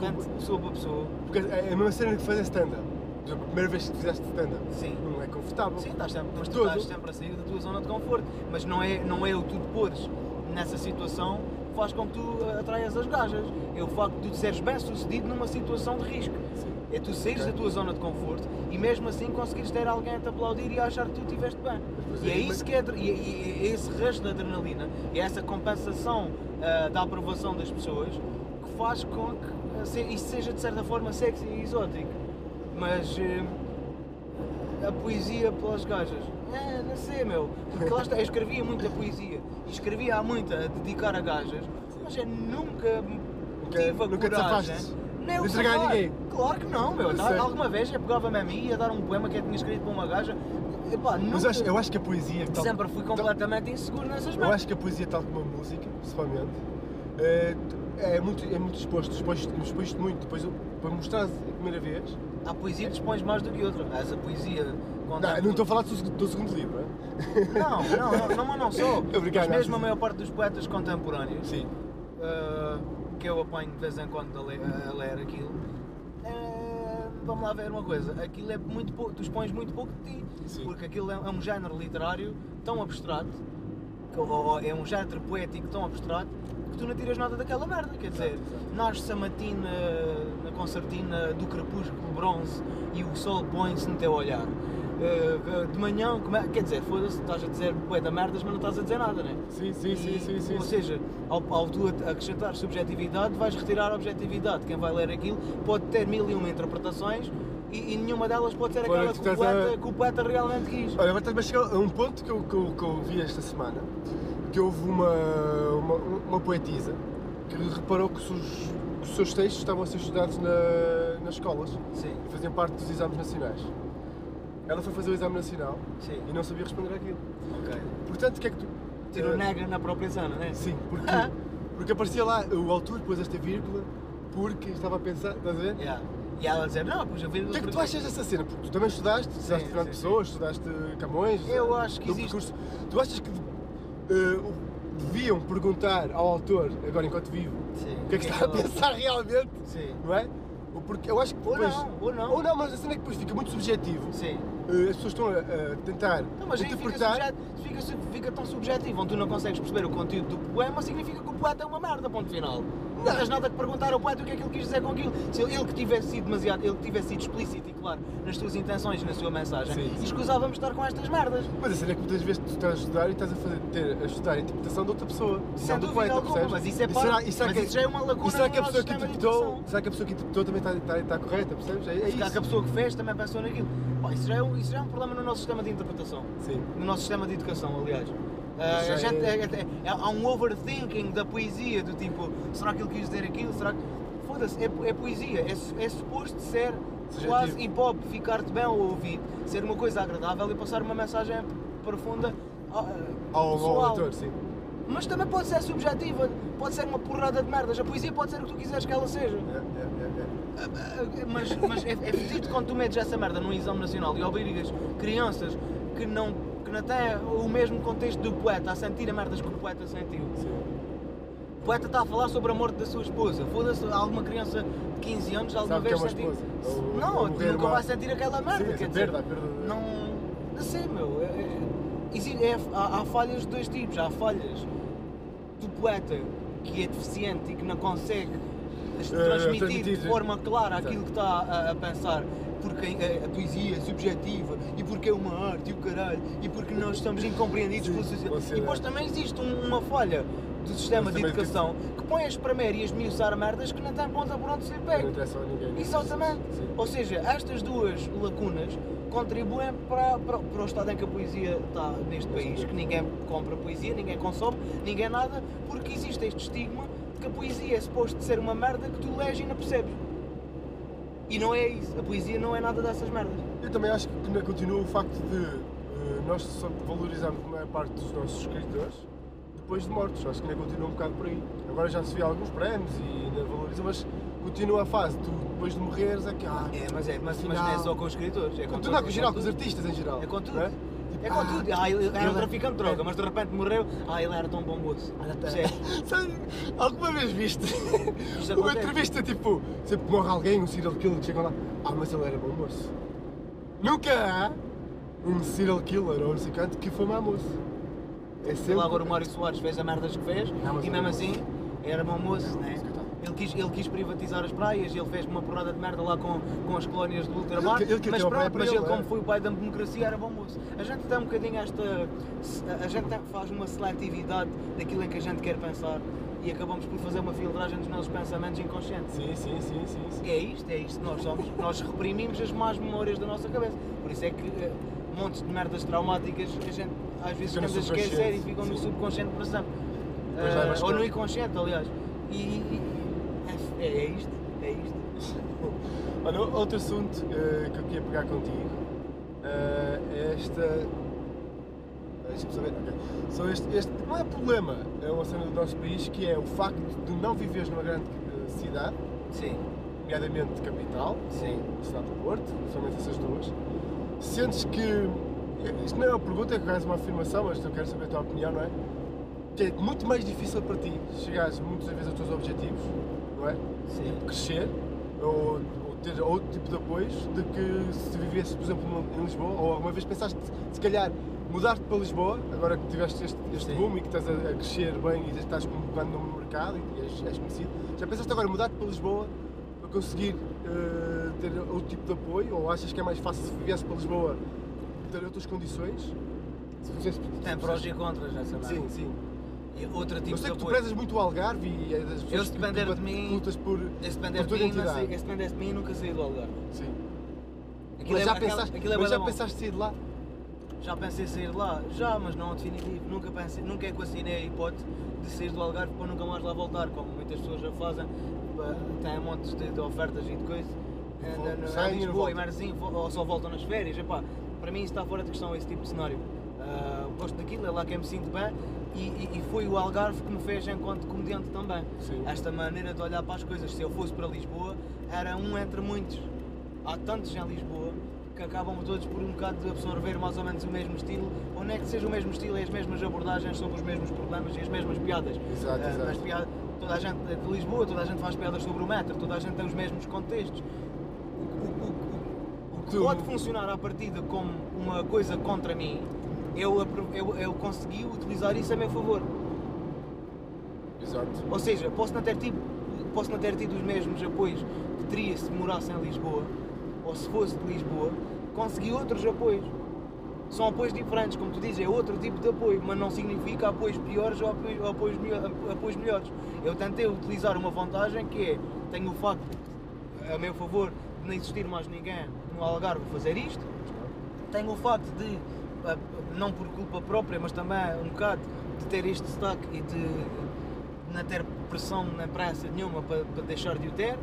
Speaker 2: Depende de pessoa para pessoa.
Speaker 1: Porque é a mesma cena que fazer stand-up. A primeira vez que fizeste stand-up
Speaker 2: Sim.
Speaker 1: não é confortável.
Speaker 2: Sim, estás sempre, mas tu
Speaker 1: Todo.
Speaker 2: estás sempre a sair da tua zona de conforto. Mas não é, não é o tu te pôres nessa situação que faz com que tu eh, atraias as gajas. É o facto de tu seres bem sucedido numa situação de risco.
Speaker 1: Sim.
Speaker 2: É tu saíres
Speaker 1: Ok.
Speaker 2: da tua zona de conforto e mesmo assim conseguires ter alguém a te aplaudir e a achar que tu estiveste bem.
Speaker 1: Mas
Speaker 2: E é
Speaker 1: aí-
Speaker 2: isso que é, adre- e, e- e é esse resto da adrenalina, e é essa compensação ah, da aprovação das pessoas que faz com que ah, se- isso seja de certa forma sexy e exótico. Mas eh, a poesia pelas gajas, eh, não sei meu, porque lá está, eu escrevia muita poesia e escrevia há muita a dedicar a gajas, mas eu nunca me
Speaker 1: Nunca-
Speaker 2: tive a
Speaker 1: nunca te
Speaker 2: coragem.
Speaker 1: safastes
Speaker 2: nem
Speaker 1: de
Speaker 2: o
Speaker 1: entregar a
Speaker 2: safar.
Speaker 1: ninguém.
Speaker 2: Claro que não, meu.
Speaker 1: Eu
Speaker 2: Dá-
Speaker 1: sei.
Speaker 2: alguma vez eu pegava-me a mim e ia dar um poema que eu tinha escrito para uma gaja. Epá,
Speaker 1: Mas
Speaker 2: nunca,
Speaker 1: eu acho, eu acho que a poesia. é tal-
Speaker 2: sempre fui
Speaker 1: tal-
Speaker 2: completamente inseguro nessas
Speaker 1: Então, Eu
Speaker 2: merdas.
Speaker 1: acho que a poesia, tal como a música, principalmente, eh, é muito, é muito exposto. Exposto, exposto muito. Depois, eu- para mostrar a primeira vez.
Speaker 2: Há poesia que dispões mais do que outra. Essa poesia.
Speaker 1: Não,
Speaker 2: quando é
Speaker 1: eu não
Speaker 2: tudo-
Speaker 1: estou a falar do, seg- do segundo livro, não
Speaker 2: Não, não, não, não, mas
Speaker 1: [laughs]
Speaker 2: não sou.
Speaker 1: Eu brincar,
Speaker 2: Mas mesmo
Speaker 1: não.
Speaker 2: a maior parte dos poetas contemporâneos.
Speaker 1: é? Sim.
Speaker 2: Uh, que eu apanho de vez em quando a ler, a ler aquilo. Uh, vamos lá ver uma coisa, aquilo é muito pouco, tu expões muito pouco de ti,
Speaker 1: Sim.
Speaker 2: porque aquilo é, é um género literário tão abstrato, que- ou, ou é um género poético tão abstrato, que tu não tiras nada daquela merda, quer dizer,
Speaker 1: Exato, exato.
Speaker 2: nasce a matina na concertina do crepúsculo bronze e o sol põe-se no teu olhar. eh, de manhã, como é- quer dizer, foda-se, estás a dizer bué da merdas, mas não estás a dizer nada, né?
Speaker 1: Sim, sim, sim,
Speaker 2: E,
Speaker 1: sim, sim.
Speaker 2: Ou
Speaker 1: sim.
Speaker 2: seja, ao, ao tu acrescentar subjetividade, vais retirar a objetividade. Quem vai ler aquilo pode ter mil e uma interpretações e, e nenhuma delas pode ser
Speaker 1: Olha,
Speaker 2: aquela
Speaker 1: tu
Speaker 2: que o,
Speaker 1: estás a-
Speaker 2: poeta, que o poeta realmente quis.
Speaker 1: Olha, agora estás-me a chegar a um ponto que eu, que, eu, que eu vi esta semana, que houve uma, uma, uma poetisa que reparou que os, seus- que os seus textos estavam a ser estudados na- nas escolas
Speaker 2: Sim,
Speaker 1: e faziam parte dos exames nacionais. Ela foi fazer o exame nacional
Speaker 2: sim,
Speaker 1: e não sabia responder àquilo.
Speaker 2: ok.
Speaker 1: Portanto, o que é que tu...
Speaker 2: Tirou
Speaker 1: eh,
Speaker 2: nega um na própria zona, né?
Speaker 1: Sim, porque,
Speaker 2: Ah.
Speaker 1: porque aparecia lá o autor pôs esta vírgula porque estava a pensar, estás a ver?
Speaker 2: Yeah. E ela dizer, não, pois eu vi...
Speaker 1: O que é que tu achas dessa cena? Porque tu também estudaste, estudaste
Speaker 2: Sim,
Speaker 1: Fernando
Speaker 2: sim,
Speaker 1: Pessoa, estudaste Camões.
Speaker 2: Eu
Speaker 1: eh,
Speaker 2: acho que
Speaker 1: no
Speaker 2: existe-
Speaker 1: percurso. Tu achas que eh, o- deviam perguntar ao autor, agora enquanto vivo,
Speaker 2: Sim.
Speaker 1: o que é que está a pensar realmente?
Speaker 2: Sim.
Speaker 1: Não é? Ou Porque eu acho que
Speaker 2: Então. Ou
Speaker 1: depois.
Speaker 2: não, ou não.
Speaker 1: Ou não, mas a cena é que depois fica muito subjetivo.
Speaker 2: Sim.
Speaker 1: Eh, As pessoas estão a, a tentar
Speaker 2: Não, Então, mas aí fica,
Speaker 1: interpretar.
Speaker 2: subjet... fica, su- fica tão subjetivo, onde tu não consegues perceber o conteúdo do poema, significa que o poeta é uma merda, ponto final. Não tens nada que perguntar ao poeta o que é que ele quis dizer com aquilo. Se ele, ele que tivesse sido demasiado, ele que tivesse sido explícito e claro nas suas intenções e na sua mensagem,
Speaker 1: Sim, sim.
Speaker 2: escusávamos estar com estas merdas.
Speaker 1: Mas a cena é que muitas vezes tu estás a estudar e estás a, fazer, ter, a estudar a interpretação de outra pessoa.
Speaker 2: Sem
Speaker 1: não do
Speaker 2: dúvida
Speaker 1: poeta,
Speaker 2: alguma,
Speaker 1: percebes?
Speaker 2: mas isso é
Speaker 1: E
Speaker 2: parte-
Speaker 1: será- e será
Speaker 2: mas
Speaker 1: que-
Speaker 2: isso já é uma lacuna
Speaker 1: E será
Speaker 2: no
Speaker 1: que a
Speaker 2: nosso
Speaker 1: pessoa que
Speaker 2: sistema de
Speaker 1: interpretou,
Speaker 2: educação.
Speaker 1: será que a pessoa que interpretou também está, está, está correta, percebes? É, é
Speaker 2: Se calhar que a
Speaker 1: isso.
Speaker 2: pessoa que fez também pensou naquilo. Pá, isso, já é um, isso já é um problema no nosso sistema de interpretação.
Speaker 1: Sim.
Speaker 2: no nosso sistema de educação, aliás. Ah,
Speaker 1: Isso
Speaker 2: a
Speaker 1: é-
Speaker 2: gente, é- é- é- há um overthinking da poesia, do tipo, será que ele quis dizer aquilo? Será que. Foda-se, é, po- é poesia, é, su- é suposto ser
Speaker 1: Subjetivo.
Speaker 2: quase hip hop, ficar-te bem ao ouvido, ser uma coisa agradável e passar uma mensagem profunda ao, ah,
Speaker 1: Ao, ao
Speaker 2: pessoal.
Speaker 1: autor, sim.
Speaker 2: Mas também pode ser subjetiva, pode ser uma porrada de merdas. A poesia pode ser o que tu quiseres que ela seja.
Speaker 1: É, é, é, é.
Speaker 2: Mas, mas é, é fedido quando tu metes essa merda num exame nacional e obrigas crianças que não, que não têm o mesmo contexto do poeta a sentir a merdas que o poeta sentiu.
Speaker 1: Sim.
Speaker 2: O poeta está a falar sobre a morte da sua esposa. Foda-se, alguma criança de 15 anos alguma
Speaker 1: Sabe que é
Speaker 2: vez
Speaker 1: uma
Speaker 2: sentiu.
Speaker 1: esposa. Ou-
Speaker 2: não,
Speaker 1: ou
Speaker 2: nunca
Speaker 1: morrer uma-
Speaker 2: vai sentir aquela merda.
Speaker 1: Sim,
Speaker 2: quer
Speaker 1: essa é
Speaker 2: dizer,
Speaker 1: perda, a perda de-
Speaker 2: Não. Não sei, meu. É, é- exi- é- há, há falhas de dois tipos. Há falhas do poeta que é deficiente e que não consegue as-
Speaker 1: Eh,
Speaker 2: transmitir,
Speaker 1: transmitir,
Speaker 2: de forma clara
Speaker 1: exato.
Speaker 2: aquilo que está a, a pensar. Porque a, a poesia é subjetiva e porque é uma arte e o caralho e porque nós estamos incompreendidos
Speaker 1: Sim,
Speaker 2: pela sociedade.
Speaker 1: pela
Speaker 2: E depois
Speaker 1: sociedade.
Speaker 2: também existe um- uma falha do sistema de
Speaker 1: Também que-
Speaker 2: educação que põe as primeiras e esmiuçar merdas que não têm ponta por onde ser
Speaker 1: Não
Speaker 2: pego.
Speaker 1: interessa a ninguém.
Speaker 2: é Exatamente.
Speaker 1: Sim.
Speaker 2: Ou seja, estas duas lacunas contribuem para, para, para o estado em que a poesia está neste país, que ninguém compra poesia, ninguém consome, ninguém nada, porque existe este estigma de que a poesia é suposto ser uma merda que tu lês e não percebes. E não é isso, a poesia não é nada dessas merdas.
Speaker 1: Eu também acho que ainda continua o facto de eh, nós só valorizarmos a maior parte dos nossos escritores depois de mortos. Acho que ainda continua um bocado por aí. Agora já se vê alguns prémios e ainda valoriza, mas continua a fase. Tu depois de morreres é que. Ah,
Speaker 2: É, mas é, mas, mas não é só com os escritores, é com,
Speaker 1: Com
Speaker 2: todo-
Speaker 1: tudo, não, com
Speaker 2: é
Speaker 1: o geral, com
Speaker 2: tudo.
Speaker 1: os artistas em geral.
Speaker 2: É com tudo.
Speaker 1: não
Speaker 2: É, com
Speaker 1: ah,
Speaker 2: tudo. Ah, ele era um
Speaker 1: ele-
Speaker 2: traficante de droga, mas de repente morreu. Ah, ele era tão bom moço. Percebe?
Speaker 1: [laughs] Sabe, alguma vez viste [laughs] uma
Speaker 2: Isto [laughs] é. acontece.
Speaker 1: entrevista tipo, sempre que morre alguém, um serial killer que chegam lá, ah, mas ele era bom moço. Nunca há um serial killer ou um psicante que foi mau moço. É
Speaker 2: Sei
Speaker 1: sempre.
Speaker 2: lá, agora o Mário Soares fez a merdas que fez
Speaker 1: Não, mas
Speaker 2: e
Speaker 1: era
Speaker 2: mesmo
Speaker 1: bom
Speaker 2: assim era bom moço,
Speaker 1: Era bom
Speaker 2: né?
Speaker 1: moço, coitado.
Speaker 2: Ele quis, ele quis privatizar as praias, ele fez uma porrada de merda lá com, com as colónias do ultramar,
Speaker 1: Ele- ele queria
Speaker 2: mas
Speaker 1: ter uma praia
Speaker 2: pronto,
Speaker 1: para
Speaker 2: mas
Speaker 1: ele, é.
Speaker 2: ele como
Speaker 1: era.
Speaker 2: foi o pai da democracia era bom moço. A gente dá um bocadinho esta. A gente tem- faz uma seletividade daquilo em que a gente quer pensar e acabamos por fazer uma filtragem dos nossos pensamentos inconscientes.
Speaker 1: Sim, sim, sim, sim. sim.
Speaker 2: É isto, é isto que nós somos. Nós reprimimos as más memórias da nossa cabeça. Por isso é que eh, montes de merdas traumáticas a gente às vezes
Speaker 1: Fica no
Speaker 2: temos a esquecer e
Speaker 1: subconsciente,
Speaker 2: ficam no
Speaker 1: sim.
Speaker 2: subconsciente para sempre.
Speaker 1: Depois
Speaker 2: Eh,
Speaker 1: levas
Speaker 2: ou
Speaker 1: com-
Speaker 2: no inconsciente, aliás. E, e- é, é isto, é isto.
Speaker 1: Olha, outro assunto eh, que eu queria pegar contigo eh, é esta. Deixa-me saber. ok. Só este, este- Não é problema, é uma cena do nosso país que é o facto de não viveres numa grande eh, cidade,
Speaker 2: Sim,
Speaker 1: nomeadamente capital,
Speaker 2: sim.
Speaker 1: a cidade do Porto, somente essas duas. Sentes que. Isto não é uma pergunta, é quase uma afirmação, mas eu quero saber a tua opinião, não é? Que é muito mais difícil para ti chegares muitas vezes aos teus objetivos, não é?
Speaker 2: Sim.
Speaker 1: crescer ou, ou ter outro tipo de apoios de que se vivesse, por exemplo, num- em Lisboa, ou alguma vez pensaste, se calhar, mudar-te para Lisboa, agora que tiveste este, este
Speaker 2: Sim.
Speaker 1: boom e que estás a, a crescer bem e já estás convocando no mercado e és, és conhecido, já pensaste agora mudar-te para Lisboa para conseguir eh, ter outro tipo de apoio? Ou achas que é mais fácil se viviesse para Lisboa ter outras condições. Se fizesse-
Speaker 2: Tem prós e contras nessa merda.
Speaker 1: Sim, sim.
Speaker 2: E outro tipo
Speaker 1: Eu sei
Speaker 2: É, de
Speaker 1: que tu
Speaker 2: apoio.
Speaker 1: prezas muito o Algarve e é das pessoas
Speaker 2: se
Speaker 1: que
Speaker 2: depender
Speaker 1: tu
Speaker 2: de mim-
Speaker 1: lutas por.
Speaker 2: Esse depender
Speaker 1: por tua
Speaker 2: de mim, não
Speaker 1: identidade.
Speaker 2: sei, esse depender de mim, nunca saí do Algarve.
Speaker 1: Sim.
Speaker 2: Aquilo
Speaker 1: Mas
Speaker 2: é-
Speaker 1: já
Speaker 2: aquela-
Speaker 1: pensaste,
Speaker 2: aquilo é
Speaker 1: mas
Speaker 2: bué da
Speaker 1: já
Speaker 2: bom.
Speaker 1: pensaste sair de lá?
Speaker 2: Já pensei em sair de lá, já, mas não ao definitivo. Nunca pensei, nunca equacionei a hipótese de sair do Algarve para nunca mais lá voltar, como muitas pessoas já fazem. pá, Têm montes de, de ofertas e de coisas.
Speaker 1: Vão,
Speaker 2: Andam na-
Speaker 1: saem
Speaker 2: em
Speaker 1: e não
Speaker 2: Lisboa e
Speaker 1: voltam.
Speaker 2: Marzinho, vo- ou só voltam nas férias. Epá, para mim isso está fora de questão, esse tipo de cenário. Ah, gosto daquilo, é lá que eu me sinto bem e, e- e foi o Algarve que me fez enquanto comediante também.
Speaker 1: Sim.
Speaker 2: Esta maneira de olhar para as coisas, se eu fosse para Lisboa, era um entre muitos. Há tantos em Lisboa que acabam todos por um bocado de absorver mais ou menos o mesmo estilo, ou não é que seja o mesmo estilo e as mesmas abordagens sobre os mesmos problemas e as mesmas piadas.
Speaker 1: Exato,
Speaker 2: Ah,
Speaker 1: exato.
Speaker 2: mas piada- toda a gente é de Lisboa, toda a gente faz piadas sobre o metro, toda a gente tem os mesmos contextos. O que
Speaker 1: Tu-
Speaker 2: pode funcionar à partida como uma coisa contra mim, eu, apro- eu, eu consegui utilizar isso a meu favor.
Speaker 1: Exato.
Speaker 2: Ou seja, posso não ter tido, posso não ter tido os mesmos apoios que teria se morasse em Lisboa ou se fosse de Lisboa, consegui outros apoios. São apoios diferentes, como tu dizes, é outro tipo de apoio, mas não significa apoios piores ou apoio- ou apoios, melho- apoios, melhores. Eu tentei utilizar uma vantagem que é, tenho o facto, a meu favor, de não existir mais ninguém no Algarve a fazer isto, tenho o facto de, ah, não por culpa própria, mas também um bocado, de ter este destaque e de não ter pressão na praça nenhuma para, para deixar de o ter.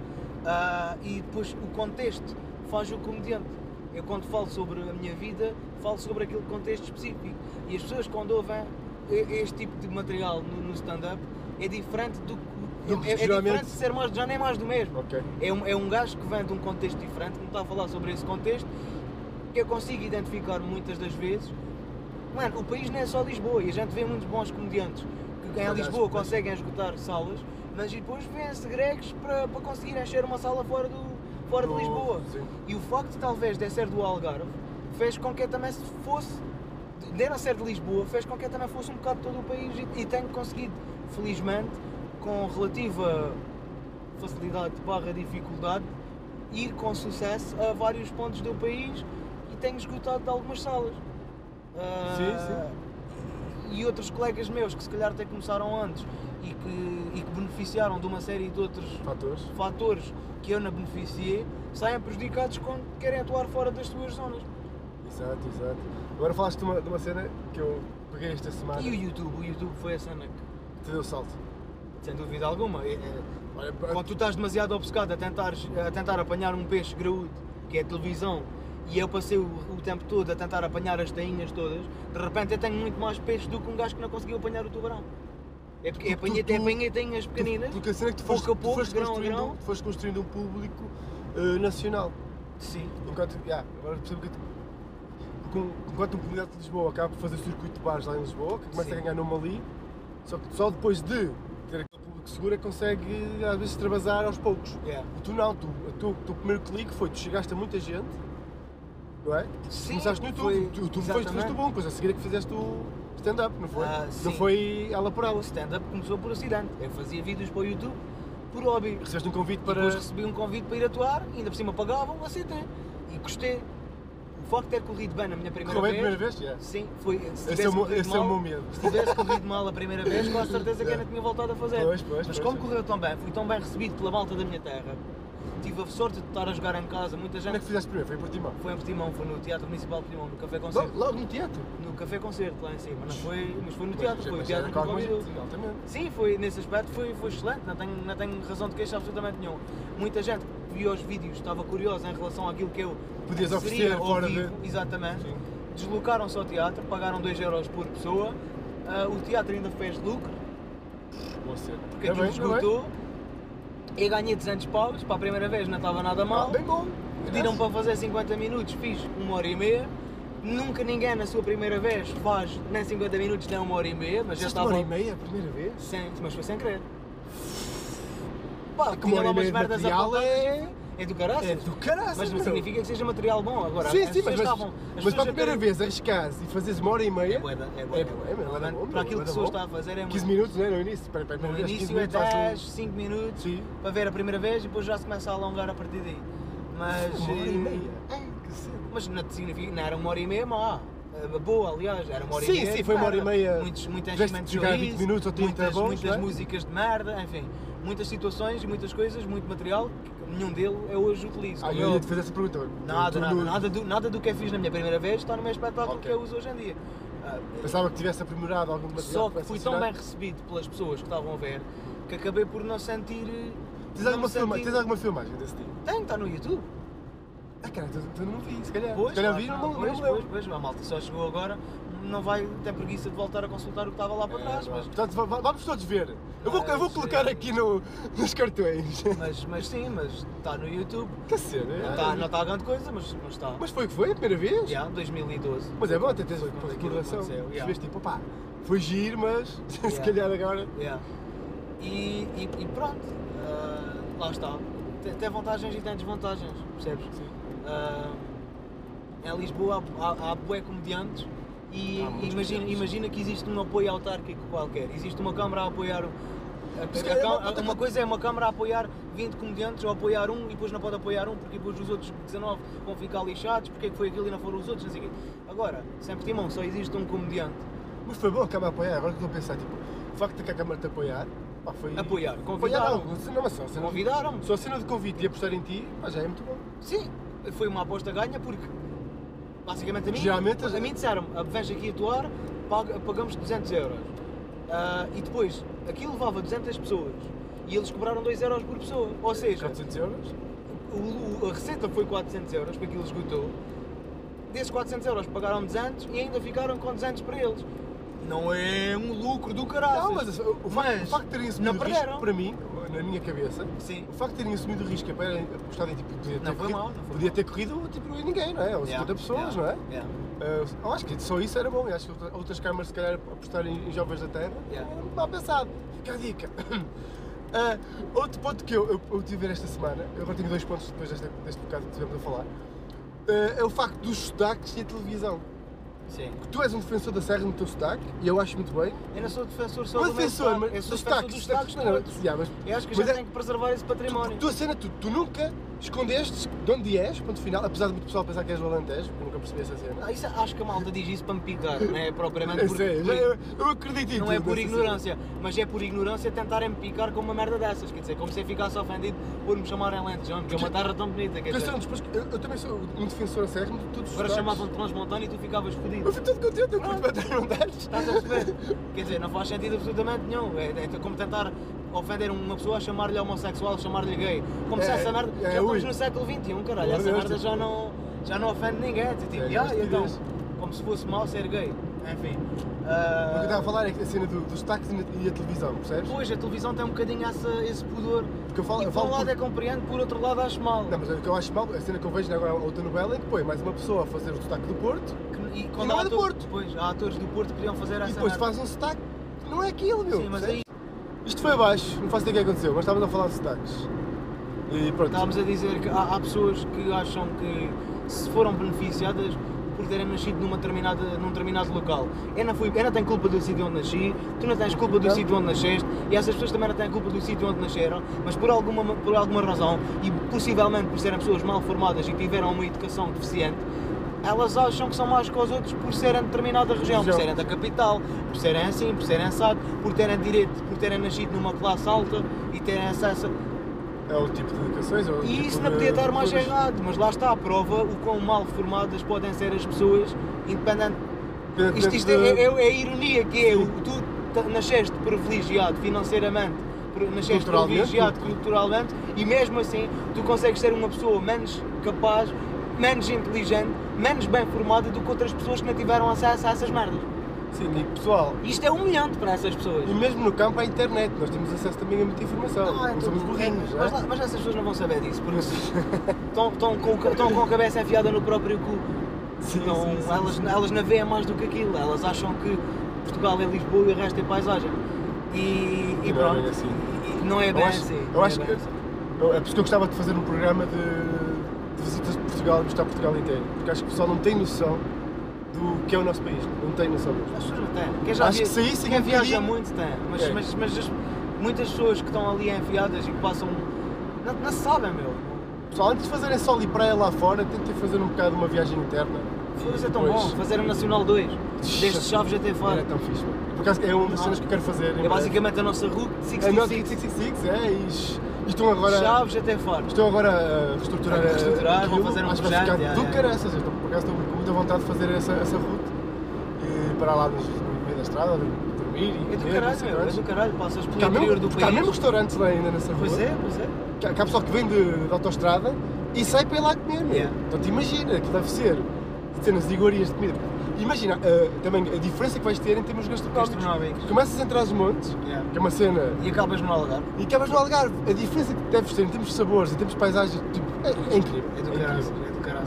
Speaker 2: Ah, e depois o contexto faz o comediante. Eu quando falo sobre a minha vida, falo sobre aquele contexto específico. E as pessoas quando ouvem e- este tipo de material no, no stand-up é diferente do que-
Speaker 1: Do que
Speaker 2: é, é diferente
Speaker 1: geralmente-
Speaker 2: de ser mais, já nem mais do mesmo.
Speaker 1: Ok.
Speaker 2: É um, é um gajo que vem de um contexto diferente, que me está a falar sobre esse contexto, que eu consigo identificar muitas das vezes. Mano, o país não é só Lisboa e a gente vê muitos bons comediantes que em
Speaker 1: Aliás,
Speaker 2: Lisboa
Speaker 1: pois.
Speaker 2: conseguem esgotar salas, mas depois vêm-se gregos para, para conseguir encher uma sala fora, do, fora de
Speaker 1: Do-
Speaker 2: Lisboa.
Speaker 1: Oh, sim.
Speaker 2: E o facto, talvez, de ser do Algarve fez com que eu também se fosse, de eu não ser de Lisboa, fez com que eu também fosse um bocado de todo o país e, e tenho conseguido, felizmente, com relativa facilidade barra dificuldade, ir com sucesso a vários pontos do país e tenho esgotado de algumas salas. Ah, E outros colegas meus que se calhar até começaram antes e que, e que beneficiaram de uma série de outros
Speaker 1: Fatores.
Speaker 2: fatores que eu não beneficiei saem prejudicados quando querem atuar fora das suas zonas.
Speaker 1: Exato, exato. Agora falaste de uma, de uma cena que eu peguei esta semana
Speaker 2: E o YouTube? O YouTube foi a cena que,
Speaker 1: que te deu salto.
Speaker 2: sem dúvida alguma, é- é-
Speaker 1: Olha,
Speaker 2: quando tu estás demasiado obcecado a tentar, a tentar apanhar um peixe graúdo, que é a televisão, e eu passei o, o tempo todo a tentar apanhar as tainhas todas, de repente eu tenho muito mais peixe do que um gajo que não conseguiu apanhar o tubarão. É porque
Speaker 1: Tu-
Speaker 2: apanhei,
Speaker 1: tu-
Speaker 2: até apanhei tainhas pequeninas,
Speaker 1: porque a cena é que tu
Speaker 2: pouco
Speaker 1: foste,
Speaker 2: a pouco,
Speaker 1: tu foste
Speaker 2: grão a
Speaker 1: construindo,
Speaker 2: grão.
Speaker 1: tu foste construindo um público eh, nacional.
Speaker 2: sim,
Speaker 1: Enquanto, yeah, agora percebo que com- enquanto um comunidade de Lisboa acaba por fazer circuito de bares lá em Lisboa, que começa
Speaker 2: Sim.
Speaker 1: a ganhar nome ali, só que só depois de ter aquele público seguro é que consegue às vezes extravasar aos poucos.
Speaker 2: yeah.
Speaker 1: E tu não, tu, o teu, o teu primeiro clique foi, tu chegaste a muita gente, não é? Tu
Speaker 2: Sim,
Speaker 1: Começaste no YouTube,
Speaker 2: foi-
Speaker 1: tu, tu foste, foste
Speaker 2: exatamente.
Speaker 1: o bom, depois a seguir é que fizeste o stand-up, não foi?
Speaker 2: Ah,
Speaker 1: não
Speaker 2: sim.
Speaker 1: foi ela por
Speaker 2: O
Speaker 1: ela.
Speaker 2: stand-up começou por acidente. Eu fazia vídeos para o YouTube por hobby.
Speaker 1: Recebeste um convite
Speaker 2: Para...
Speaker 1: para.
Speaker 2: Depois recebi um convite para ir atuar, ainda por cima pagavam, aceitei. E gostei. O facto de ter corrido bem na minha primeira
Speaker 1: Correu bem a
Speaker 2: vez.
Speaker 1: primeira vez? Yeah.
Speaker 2: Sim, foi. Se
Speaker 1: Esse,
Speaker 2: tivesse
Speaker 1: é o, meu-
Speaker 2: corrido
Speaker 1: esse é o
Speaker 2: mal-
Speaker 1: meu medo.
Speaker 2: se tivesse corrido mal a primeira vez, com a certeza que eu não tinha voltado a fazer.
Speaker 1: Pois, pois,
Speaker 2: Mas
Speaker 1: pois,
Speaker 2: como
Speaker 1: sim.
Speaker 2: correu tão bem, fui tão bem recebido pela malta da minha terra, tive a sorte de estar a jogar em casa, muita
Speaker 1: Onde é que
Speaker 2: gente.
Speaker 1: fizeste primeiro? Foi em Portimão.
Speaker 2: Foi em Portimão, foi no Teatro Municipal de Portimão, no Café
Speaker 1: Logo,
Speaker 2: Concerto.
Speaker 1: logo no teatro.
Speaker 2: No Café Concerto lá em cima, não foi, mas foi no
Speaker 1: Mas
Speaker 2: teatro,
Speaker 1: já-
Speaker 2: foi o
Speaker 1: é, mas já
Speaker 2: teatro
Speaker 1: era
Speaker 2: que
Speaker 1: com
Speaker 2: me
Speaker 1: alguma
Speaker 2: convidou.
Speaker 1: gente, Exatamente.
Speaker 2: Sim, foi, nesse aspecto foi, foi excelente, não tenho, não tenho razão de queixa absolutamente nenhum. Muita gente que viu os vídeos estava curiosa em relação àquilo que eu
Speaker 1: Podias
Speaker 2: oferecia
Speaker 1: oferecer
Speaker 2: ao
Speaker 1: fora
Speaker 2: vivo,
Speaker 1: de-
Speaker 2: Exatamente.
Speaker 1: Sim.
Speaker 2: Deslocaram-se ao teatro, pagaram 2 euros por pessoa, ah, o teatro ainda fez lucro,
Speaker 1: Boa cena.
Speaker 2: porque
Speaker 1: É
Speaker 2: aquilo
Speaker 1: bem, é bem.
Speaker 2: esgotou. Eu ganhei 200 paus, para a primeira vez não estava nada
Speaker 1: Ah,
Speaker 2: mal.
Speaker 1: Bem bom.
Speaker 2: Pediram para fazer 50 minutos, fiz uma hora e meia. Nunca ninguém na sua primeira vez faz nem 50 minutos nem uma hora e meia, mas
Speaker 1: Fizeste
Speaker 2: já estava.
Speaker 1: uma hora e meia a primeira vez?
Speaker 2: Sem, mas foi sem querer. Pá,
Speaker 1: que uma
Speaker 2: tinha
Speaker 1: hora
Speaker 2: lá
Speaker 1: e
Speaker 2: umas
Speaker 1: meia de
Speaker 2: merdas a
Speaker 1: material
Speaker 2: apontar,
Speaker 1: é-
Speaker 2: É do caraças.
Speaker 1: É do caraças,
Speaker 2: Mas não
Speaker 1: meu.
Speaker 2: significa que seja material bom agora.
Speaker 1: sim,
Speaker 2: as
Speaker 1: sim,
Speaker 2: pessoas
Speaker 1: mas,
Speaker 2: né? estavam- as
Speaker 1: mas, mas
Speaker 2: pessoas
Speaker 1: para a
Speaker 2: já
Speaker 1: primeira
Speaker 2: querem-
Speaker 1: vez arriscares e fazes uma hora e meia.
Speaker 2: É bué da- é bué da-
Speaker 1: bué, meu, era bom,
Speaker 2: Para aquilo
Speaker 1: era
Speaker 2: que sou
Speaker 1: bom.
Speaker 2: está a fazer é muito.
Speaker 1: 15 minutos, não é? No início. Para, para,
Speaker 2: No
Speaker 1: para,
Speaker 2: início é 10, 5 minutos
Speaker 1: um- Sim.
Speaker 2: para ver a primeira vez e depois já se começa a alongar a partir daí. Mas.
Speaker 1: Uma hora e
Speaker 2: eh,
Speaker 1: meia. que cedo.
Speaker 2: Mas não, te significa, não era uma hora e meia má. Eh, Boa, aliás, era uma hora
Speaker 1: Sim,
Speaker 2: e meia.
Speaker 1: sim,
Speaker 2: de
Speaker 1: foi uma hora e
Speaker 2: merda.
Speaker 1: meia.
Speaker 2: Muitos, muitas
Speaker 1: Tiveste de
Speaker 2: enchimentos
Speaker 1: jogar
Speaker 2: de
Speaker 1: 20 minutos ou 30
Speaker 2: muitas,
Speaker 1: bons,
Speaker 2: muitas
Speaker 1: não é?
Speaker 2: músicas de merda, enfim, muitas situações e muitas coisas, muito material, que nenhum dele eu hoje utilizo.
Speaker 1: Ah,
Speaker 2: Como
Speaker 1: eu
Speaker 2: eu-
Speaker 1: ia te fazer essa pergunta. Tu-
Speaker 2: Nada,
Speaker 1: tu
Speaker 2: nada,
Speaker 1: no-
Speaker 2: nada, do, nada do que eu fiz na minha primeira vez está no meu espetáculo
Speaker 1: Ok.
Speaker 2: que eu uso hoje em dia. Ah,
Speaker 1: Pensava que tivesse aprimorado algum material.
Speaker 2: só
Speaker 1: para
Speaker 2: que fui
Speaker 1: essa
Speaker 2: tão bem
Speaker 1: cidade.
Speaker 2: recebido pelas pessoas que estavam a ver que acabei por não sentir. eh,
Speaker 1: Tens
Speaker 2: não
Speaker 1: alguma,
Speaker 2: me
Speaker 1: filma-
Speaker 2: sentir-
Speaker 1: tens alguma filmagem desse tipo? dia?
Speaker 2: Tenho, está no YouTube.
Speaker 1: Ah, cara, tu, tu não vi, se calhar.
Speaker 2: Pois,
Speaker 1: se calhar
Speaker 2: lá
Speaker 1: vi,
Speaker 2: está,
Speaker 1: não, não me
Speaker 2: pois,
Speaker 1: lembro.
Speaker 2: pois, pois, a malta só chegou agora, não vai ter preguiça de voltar a consultar o que estava lá para
Speaker 1: É,
Speaker 2: Tá trás.
Speaker 1: vá.
Speaker 2: mas,
Speaker 1: Portanto, va- va- vamos todos ver. Eu vou, eu vou
Speaker 2: Mas,
Speaker 1: colocar
Speaker 2: eh,
Speaker 1: aqui no, nos cartões. [laughs]
Speaker 2: mas, mas sim, mas está no YouTube.
Speaker 1: Que cena, é?
Speaker 2: Não está não tá grande coisa, mas, mas está.
Speaker 1: Mas foi o que foi, a primeira vez?
Speaker 2: Já, 2012.
Speaker 1: Mas é bom até teres
Speaker 2: Foi
Speaker 1: uma
Speaker 2: quando aquilo
Speaker 1: recordação.
Speaker 2: aconteceu, yeah.
Speaker 1: Percebeste tipo, opá, foi giro, mas [laughs] se
Speaker 2: Yeah.
Speaker 1: calhar agora.
Speaker 2: Yeah. E, e- e pronto, ah, lá está. Tem, tem vantagens e tem desvantagens, percebes? Ah, em Lisboa há, há, há bué comediantes e
Speaker 1: Há muitos
Speaker 2: imagina,
Speaker 1: comediantes.
Speaker 2: imagina que existe um apoio autárquico qualquer, existe uma câmara a apoiar. o- a- a-
Speaker 1: Se
Speaker 2: a
Speaker 1: calhar
Speaker 2: cam-
Speaker 1: uma puta
Speaker 2: a- uma
Speaker 1: co-
Speaker 2: coisa é uma câmara a apoiar 20 comediantes ou apoiar um e depois não pode apoiar um porque depois os outros 19 vão ficar lixados porque é que foi aquilo e não foram os outros, não sei o quê. Agora, sempre timão, só existe um comediante
Speaker 1: Mas foi bom a Câmara apoiar, agora que estou a pensar, tipo, o facto de que a Câmara te apoiar, pá, foi.
Speaker 2: Apoiar,
Speaker 1: Apoiar
Speaker 2: convidaram.
Speaker 1: não, não, mas só a cena.
Speaker 2: Convidaram-me.
Speaker 1: Só a cena de convite e apostar em ti, pá, já é muito bom.
Speaker 2: Sim, foi uma aposta ganha porque basicamente a mim,
Speaker 1: Geralmente,
Speaker 2: a mim disseram "Ah, vens aqui atuar, pag- pagamos 200 euros. Ah, e depois, aquilo levava 200 pessoas e eles cobraram 2 euros por pessoa. Ou
Speaker 1: É,
Speaker 2: seja,
Speaker 1: 400 euros?
Speaker 2: o- o- a receita foi 400 euros porque aquilo esgotou. Desses 400 euros pagaram 200 e ainda ficaram com 200 para eles. Não é um lucro do caralho.
Speaker 1: Não, mas assim, o, o facto,
Speaker 2: Mas
Speaker 1: o facto de terem
Speaker 2: não
Speaker 1: assumido o risco,
Speaker 2: perderam.
Speaker 1: para mim, na minha cabeça,
Speaker 2: Sim.
Speaker 1: o facto de terem assumido o risco e apoiarem- apostarem em tipo, podia ter
Speaker 2: Não foi
Speaker 1: corrido,
Speaker 2: mal, não foi
Speaker 1: podia
Speaker 2: mal.
Speaker 1: ter corrido tipo, ninguém, não é? Ou 50 pessoas, não é?
Speaker 2: não é?
Speaker 1: Ah, eu acho que só isso era bom. Eu acho que outra- outras câmaras, se calhar, apostarem em jovens da terra,
Speaker 2: Yeah.
Speaker 1: era muito mal pensado. Fica a dica. [coughs] Ah, outro ponto que eu, eu, eu tive a ver esta semana, eu agora tenho dois pontos depois deste, deste bocado que estivemos a falar, ah, é o facto dos sotaques e a televisão.
Speaker 2: Sim.
Speaker 1: Tu és um defensor da serra no teu sotaque, e eu acho muito bem.
Speaker 2: Eu não sou defensor só
Speaker 1: Não
Speaker 2: do
Speaker 1: é
Speaker 2: meu
Speaker 1: defensor,
Speaker 2: sotaque,
Speaker 1: mas
Speaker 2: eu sou
Speaker 1: dos
Speaker 2: defensor
Speaker 1: sotaques.
Speaker 2: dos
Speaker 1: dos
Speaker 2: sotaques é?
Speaker 1: sotaques,
Speaker 2: todos.
Speaker 1: não, é yeah, mas
Speaker 2: Eu acho que
Speaker 1: Mas
Speaker 2: a gente
Speaker 1: é-
Speaker 2: tem que preservar esse património.
Speaker 1: Tu, tua cena, tu, tu nunca escondeste de onde és, ponto final, apesar de muito pessoal pensar que és do Alentejo, eu nunca percebi essa cena.
Speaker 2: Ah, isso- acho que a malta diz isso para me picar, não é
Speaker 1: [laughs]
Speaker 2: propriamente
Speaker 1: Eu
Speaker 2: por,
Speaker 1: sei,
Speaker 2: por-
Speaker 1: eu, eu acredito em
Speaker 2: não é
Speaker 1: tudo,
Speaker 2: por
Speaker 1: essa
Speaker 2: ignorância, mas é por ignorância tentarem-me picar com uma merda dessas, quer dizer, como se eu ficasse ofendido por me chamarem lentejão, porque é uma terra tão bonita,
Speaker 1: cena.
Speaker 2: quer dizer,
Speaker 1: Eu, sou- depois- eu- eu também sou um defensor acérrimo de todos os
Speaker 2: agora
Speaker 1: sotaques.
Speaker 2: chamavam-te transmontano e tu ficavas fodido.
Speaker 1: Eu fui todo contente, eu
Speaker 2: Ah.
Speaker 1: curto bater não dares.
Speaker 2: Estás a perceber? Quer dizer, não faz sentido absolutamente nenhum. É, é como tentar ofender uma pessoa, chamar-lhe homossexual, chamar-lhe gay. Como se
Speaker 1: É,
Speaker 2: essa merda.
Speaker 1: é,
Speaker 2: já estamos
Speaker 1: ui.
Speaker 2: no século XXI, caralho.
Speaker 1: Meu
Speaker 2: Essa
Speaker 1: Deus,
Speaker 2: merda
Speaker 1: tipo-
Speaker 2: já não, já não ofende ninguém. É, tipo,
Speaker 1: É,
Speaker 2: "Ya,
Speaker 1: mas que
Speaker 2: então,
Speaker 1: ideias.
Speaker 2: como se fosse mau ser gay. Enfim.
Speaker 1: O que eu estava
Speaker 2: ah,
Speaker 1: a falar é que a cena do- dos sotaques e na- e a televisão, percebes?
Speaker 2: Pois, a televisão tem um bocadinho essa- esse pudor.
Speaker 1: Porque eu falo,
Speaker 2: E
Speaker 1: eu
Speaker 2: por
Speaker 1: falo
Speaker 2: um lado
Speaker 1: por-
Speaker 2: é compreendo, por outro lado acho mal.
Speaker 1: Não, mas o que eu acho mal, a cena que eu vejo agora outra novela é que põe mais uma pessoa a fazer o sotaque do Porto
Speaker 2: Que- e
Speaker 1: não
Speaker 2: há
Speaker 1: é do
Speaker 2: ator-
Speaker 1: Porto.
Speaker 2: Pois, há atores do Porto que podiam fazer essa
Speaker 1: e depois
Speaker 2: merda.
Speaker 1: faz um sotaque que não é aquilo, meu.
Speaker 2: Sim, mas
Speaker 1: percebes?
Speaker 2: aí
Speaker 1: Isto foi abaixo, não faço ideia o que aconteceu, mas estávamos a falar de sotaques. E pronto.
Speaker 2: Estávamos a dizer que há, há pessoas que acham que se foram beneficiadas por terem nascido numa determinada, num determinado local. Eu não, fui, eu não tenho culpa do sítio onde nasci, tu não tens culpa do
Speaker 1: Não.
Speaker 2: sítio onde nasceste e essas pessoas também não têm culpa do sítio onde nasceram, mas por alguma, por alguma razão e possivelmente por serem pessoas mal formadas e tiveram uma educação deficiente, elas acham que são mais que os outros por serem de determinada região, por
Speaker 1: Região.
Speaker 2: serem da capital, por serem assim, por serem assado, por terem direito, por terem nascido numa classe alta e terem acesso. a-
Speaker 1: É o tipo de educações, é o tipo
Speaker 2: e isso
Speaker 1: de-
Speaker 2: não podia estar mais
Speaker 1: culturas.
Speaker 2: errado, mas lá está a prova o quão mal formadas podem ser as pessoas, independente.
Speaker 1: Depende
Speaker 2: Isto, isto é,
Speaker 1: de-
Speaker 2: é, é a ironia que é, o- tu t- nasceste privilegiado financeiramente, pri- nasceste
Speaker 1: Culturalmente,
Speaker 2: privilegiado culturalmente e mesmo assim tu consegues ser uma pessoa menos capaz, menos inteligente, menos bem formada do que outras pessoas que não tiveram acesso a essas merdas.
Speaker 1: Sim, e pessoal,
Speaker 2: Isto é humilhante para essas pessoas.
Speaker 1: e mesmo no campo há internet, nós temos acesso também a muita informação.
Speaker 2: Não, é
Speaker 1: não
Speaker 2: tudo-
Speaker 1: Então, somos burrinhos,
Speaker 2: mas,
Speaker 1: não é?
Speaker 2: lá- mas essas pessoas não vão saber disso, porque [laughs] estão, estão, com, o ca- estão com a cabeça enfiada no próprio cu.
Speaker 1: Sim,
Speaker 2: não,
Speaker 1: sim, sim,
Speaker 2: elas, elas não veem mais do que aquilo, elas acham que Portugal é Lisboa e o resto é paisagem. E, e
Speaker 1: Não,
Speaker 2: pronto.
Speaker 1: é assim.
Speaker 2: E não é bem
Speaker 1: eu acho,
Speaker 2: assim.
Speaker 1: eu
Speaker 2: não é
Speaker 1: acho
Speaker 2: bem
Speaker 1: que.
Speaker 2: assim.
Speaker 1: eu- é por isso que eu gostava de fazer um programa de, de visitas de Portugal e mostrar Portugal inteiro. Porque acho que o pessoal não tem noção do que é o nosso país. Não tem noção mesmo.
Speaker 2: As pessoas não têm. Quem já
Speaker 1: Acho que
Speaker 2: via-
Speaker 1: saíssem
Speaker 2: quem
Speaker 1: um
Speaker 2: viaja
Speaker 1: bocadinho-
Speaker 2: muito tem, mas,
Speaker 1: É.
Speaker 2: mas, um- mas as- muitas pessoas que estão ali enfiadas e que passam. não, não sabem, meu.
Speaker 1: Pessoal, antes de fazerem sol e praia lá fora, tentem fazer um bocado uma viagem interna.
Speaker 2: Foda-se, é tão
Speaker 1: Pois.
Speaker 2: bom fazer a Nacional 2,
Speaker 1: [laughs]
Speaker 2: desde Chaves até
Speaker 1: Não é
Speaker 2: Faro.
Speaker 1: tão fixe, mano. Por acaso é uma das cenas que eu quero fazer. em
Speaker 2: É
Speaker 1: breve.
Speaker 2: basicamente a nossa Route
Speaker 1: É Norte
Speaker 2: 66,
Speaker 1: 666, é, e es- e estão agora.
Speaker 2: Chaves até Faro.
Speaker 1: Estão agora a reestruturar,
Speaker 2: A reestruturar, vão
Speaker 1: aquilo,
Speaker 2: fazer um
Speaker 1: acho que vai ficar
Speaker 2: projeto, já,
Speaker 1: do
Speaker 2: já.
Speaker 1: caraças. eu estou- Por acaso estou com muita vontade de fazer essa, essa route e parar lá nos- no meio da estrada, dormir e
Speaker 2: É do
Speaker 1: comer, não
Speaker 2: caralho,
Speaker 1: sei
Speaker 2: meu, é
Speaker 1: quantos.
Speaker 2: do caralho, passas pelo
Speaker 1: Porque há
Speaker 2: interior
Speaker 1: mesmo,
Speaker 2: do
Speaker 1: porque há mesmo
Speaker 2: país.
Speaker 1: restaurantes lá ainda nessa rua.
Speaker 2: Pois é, pois é.
Speaker 1: Que há- que há pessoal que vem de, de autostrada e sai para ir lá comer, meu.
Speaker 2: Yeah.
Speaker 1: Então te imagina que deve ser cenas de iguarias de comida. Imagina ah, também a diferença que vais ter em termos gastronómicos.
Speaker 2: Gastronómicos.
Speaker 1: Começas a entrar nos montes,
Speaker 2: Yeah.
Speaker 1: que é uma cena
Speaker 2: é E acabas no Algarve.
Speaker 1: e acabas no Algarve. A diferença que deves ter em termos de sabores, em termos de paisagem, tipo, é, é incrível.
Speaker 2: É do
Speaker 1: incrível.
Speaker 2: caralho, é do caralho.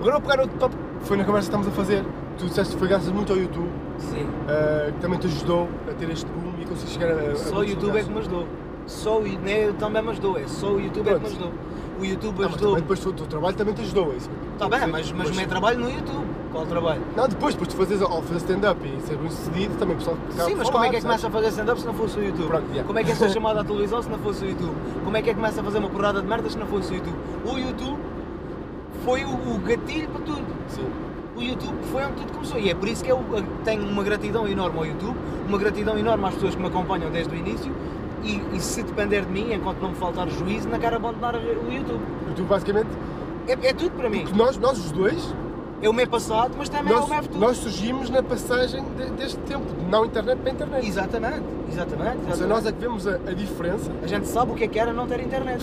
Speaker 1: Agora vou pegar outro tópico que foi na conversa que estamos a fazer. Tu disseste que foi graças muito ao YouTube,
Speaker 2: Sim.
Speaker 1: ah, que também te ajudou a ter este boom e a conseguir chegar a. a
Speaker 2: Só o
Speaker 1: muitos
Speaker 2: YouTube é
Speaker 1: lugares. Ah,
Speaker 2: que me ajudou. Só o, nem eu também me ajudou, é só o YouTube é que me
Speaker 1: Pronto.
Speaker 2: ajudou. O YouTube
Speaker 1: Ah, mas
Speaker 2: ajudou.
Speaker 1: também depois o teu trabalho também te ajudou a isso.
Speaker 2: Está bem, mas, mas o
Speaker 1: Depois-
Speaker 2: meu trabalho no YouTube. Qual trabalho?
Speaker 1: Não, depois, depois de fazeres ao fazer stand-up e ser bem sucedido, também o pessoal acaba
Speaker 2: Sim,
Speaker 1: por
Speaker 2: mas
Speaker 1: falar,
Speaker 2: como é que é que
Speaker 1: sabes?
Speaker 2: começa a fazer stand-up se não fosse o YouTube?
Speaker 1: né? Pronto, yeah.
Speaker 2: Como é
Speaker 1: [laughs]
Speaker 2: que é ser chamado à televisão se não fosse o YouTube? Como é que é que começa a fazer uma porrada de merdas se não fosse o YouTube? O YouTube foi o, o gatilho para tudo.
Speaker 1: Sim.
Speaker 2: O YouTube foi onde tudo começou e é por isso que eu eh, tenho uma gratidão enorme ao YouTube, uma gratidão enorme às pessoas que me acompanham desde o início e, e se depender de mim, enquanto não me faltar juízo, não quero abandonar o YouTube.
Speaker 1: Porque tu, basicamente,
Speaker 2: É, é tudo para mim.
Speaker 1: porque nós, nós os dois,
Speaker 2: É o meu passado, mas também é o meu
Speaker 1: nós,
Speaker 2: futuro.
Speaker 1: nós surgimos na passagem de- deste tempo, de não internet para internet.
Speaker 2: Exatamente, exatamente.
Speaker 1: Ou seja,
Speaker 2: exatamente.
Speaker 1: nós é que vemos a, a diferença.
Speaker 2: A gente sabe o que é que era não ter internet.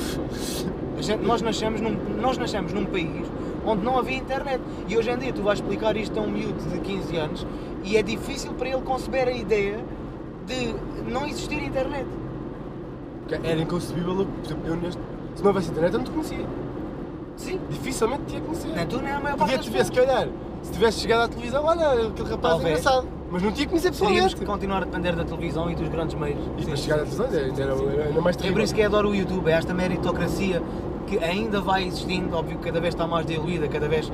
Speaker 2: A gente, nós, nascemos num, nós nascemos num país onde não havia internet. E hoje em dia tu vais explicar isto a um miúdo de 15 anos e é difícil para ele conceber a ideia de não existir internet.
Speaker 1: que Era inconcebível, eu- por exemplo, eu neste. Se não houvesse internet, eu não te conhecia.
Speaker 2: Sim,
Speaker 1: Dificilmente tinha conhecido.
Speaker 2: nem tu nem a maior parte
Speaker 1: Podia
Speaker 2: das
Speaker 1: te ver, se
Speaker 2: pessoas.
Speaker 1: calhar, se tivesse chegado à televisão, olha, aquele rapaz
Speaker 2: Talvez.
Speaker 1: engraçado. Mas não tinha conhecido
Speaker 2: Teríamos
Speaker 1: pessoalmente.
Speaker 2: que continuar a depender da televisão e dos grandes meios.
Speaker 1: E
Speaker 2: Sim,
Speaker 1: para chegar à
Speaker 2: sim,
Speaker 1: televisão
Speaker 2: sim, sim,
Speaker 1: ainda
Speaker 2: sim.
Speaker 1: era, era ainda mais
Speaker 2: É
Speaker 1: terrível.
Speaker 2: por isso que eu adoro o YouTube, é esta meritocracia que ainda vai existindo, óbvio que cada vez está mais diluída, cada vez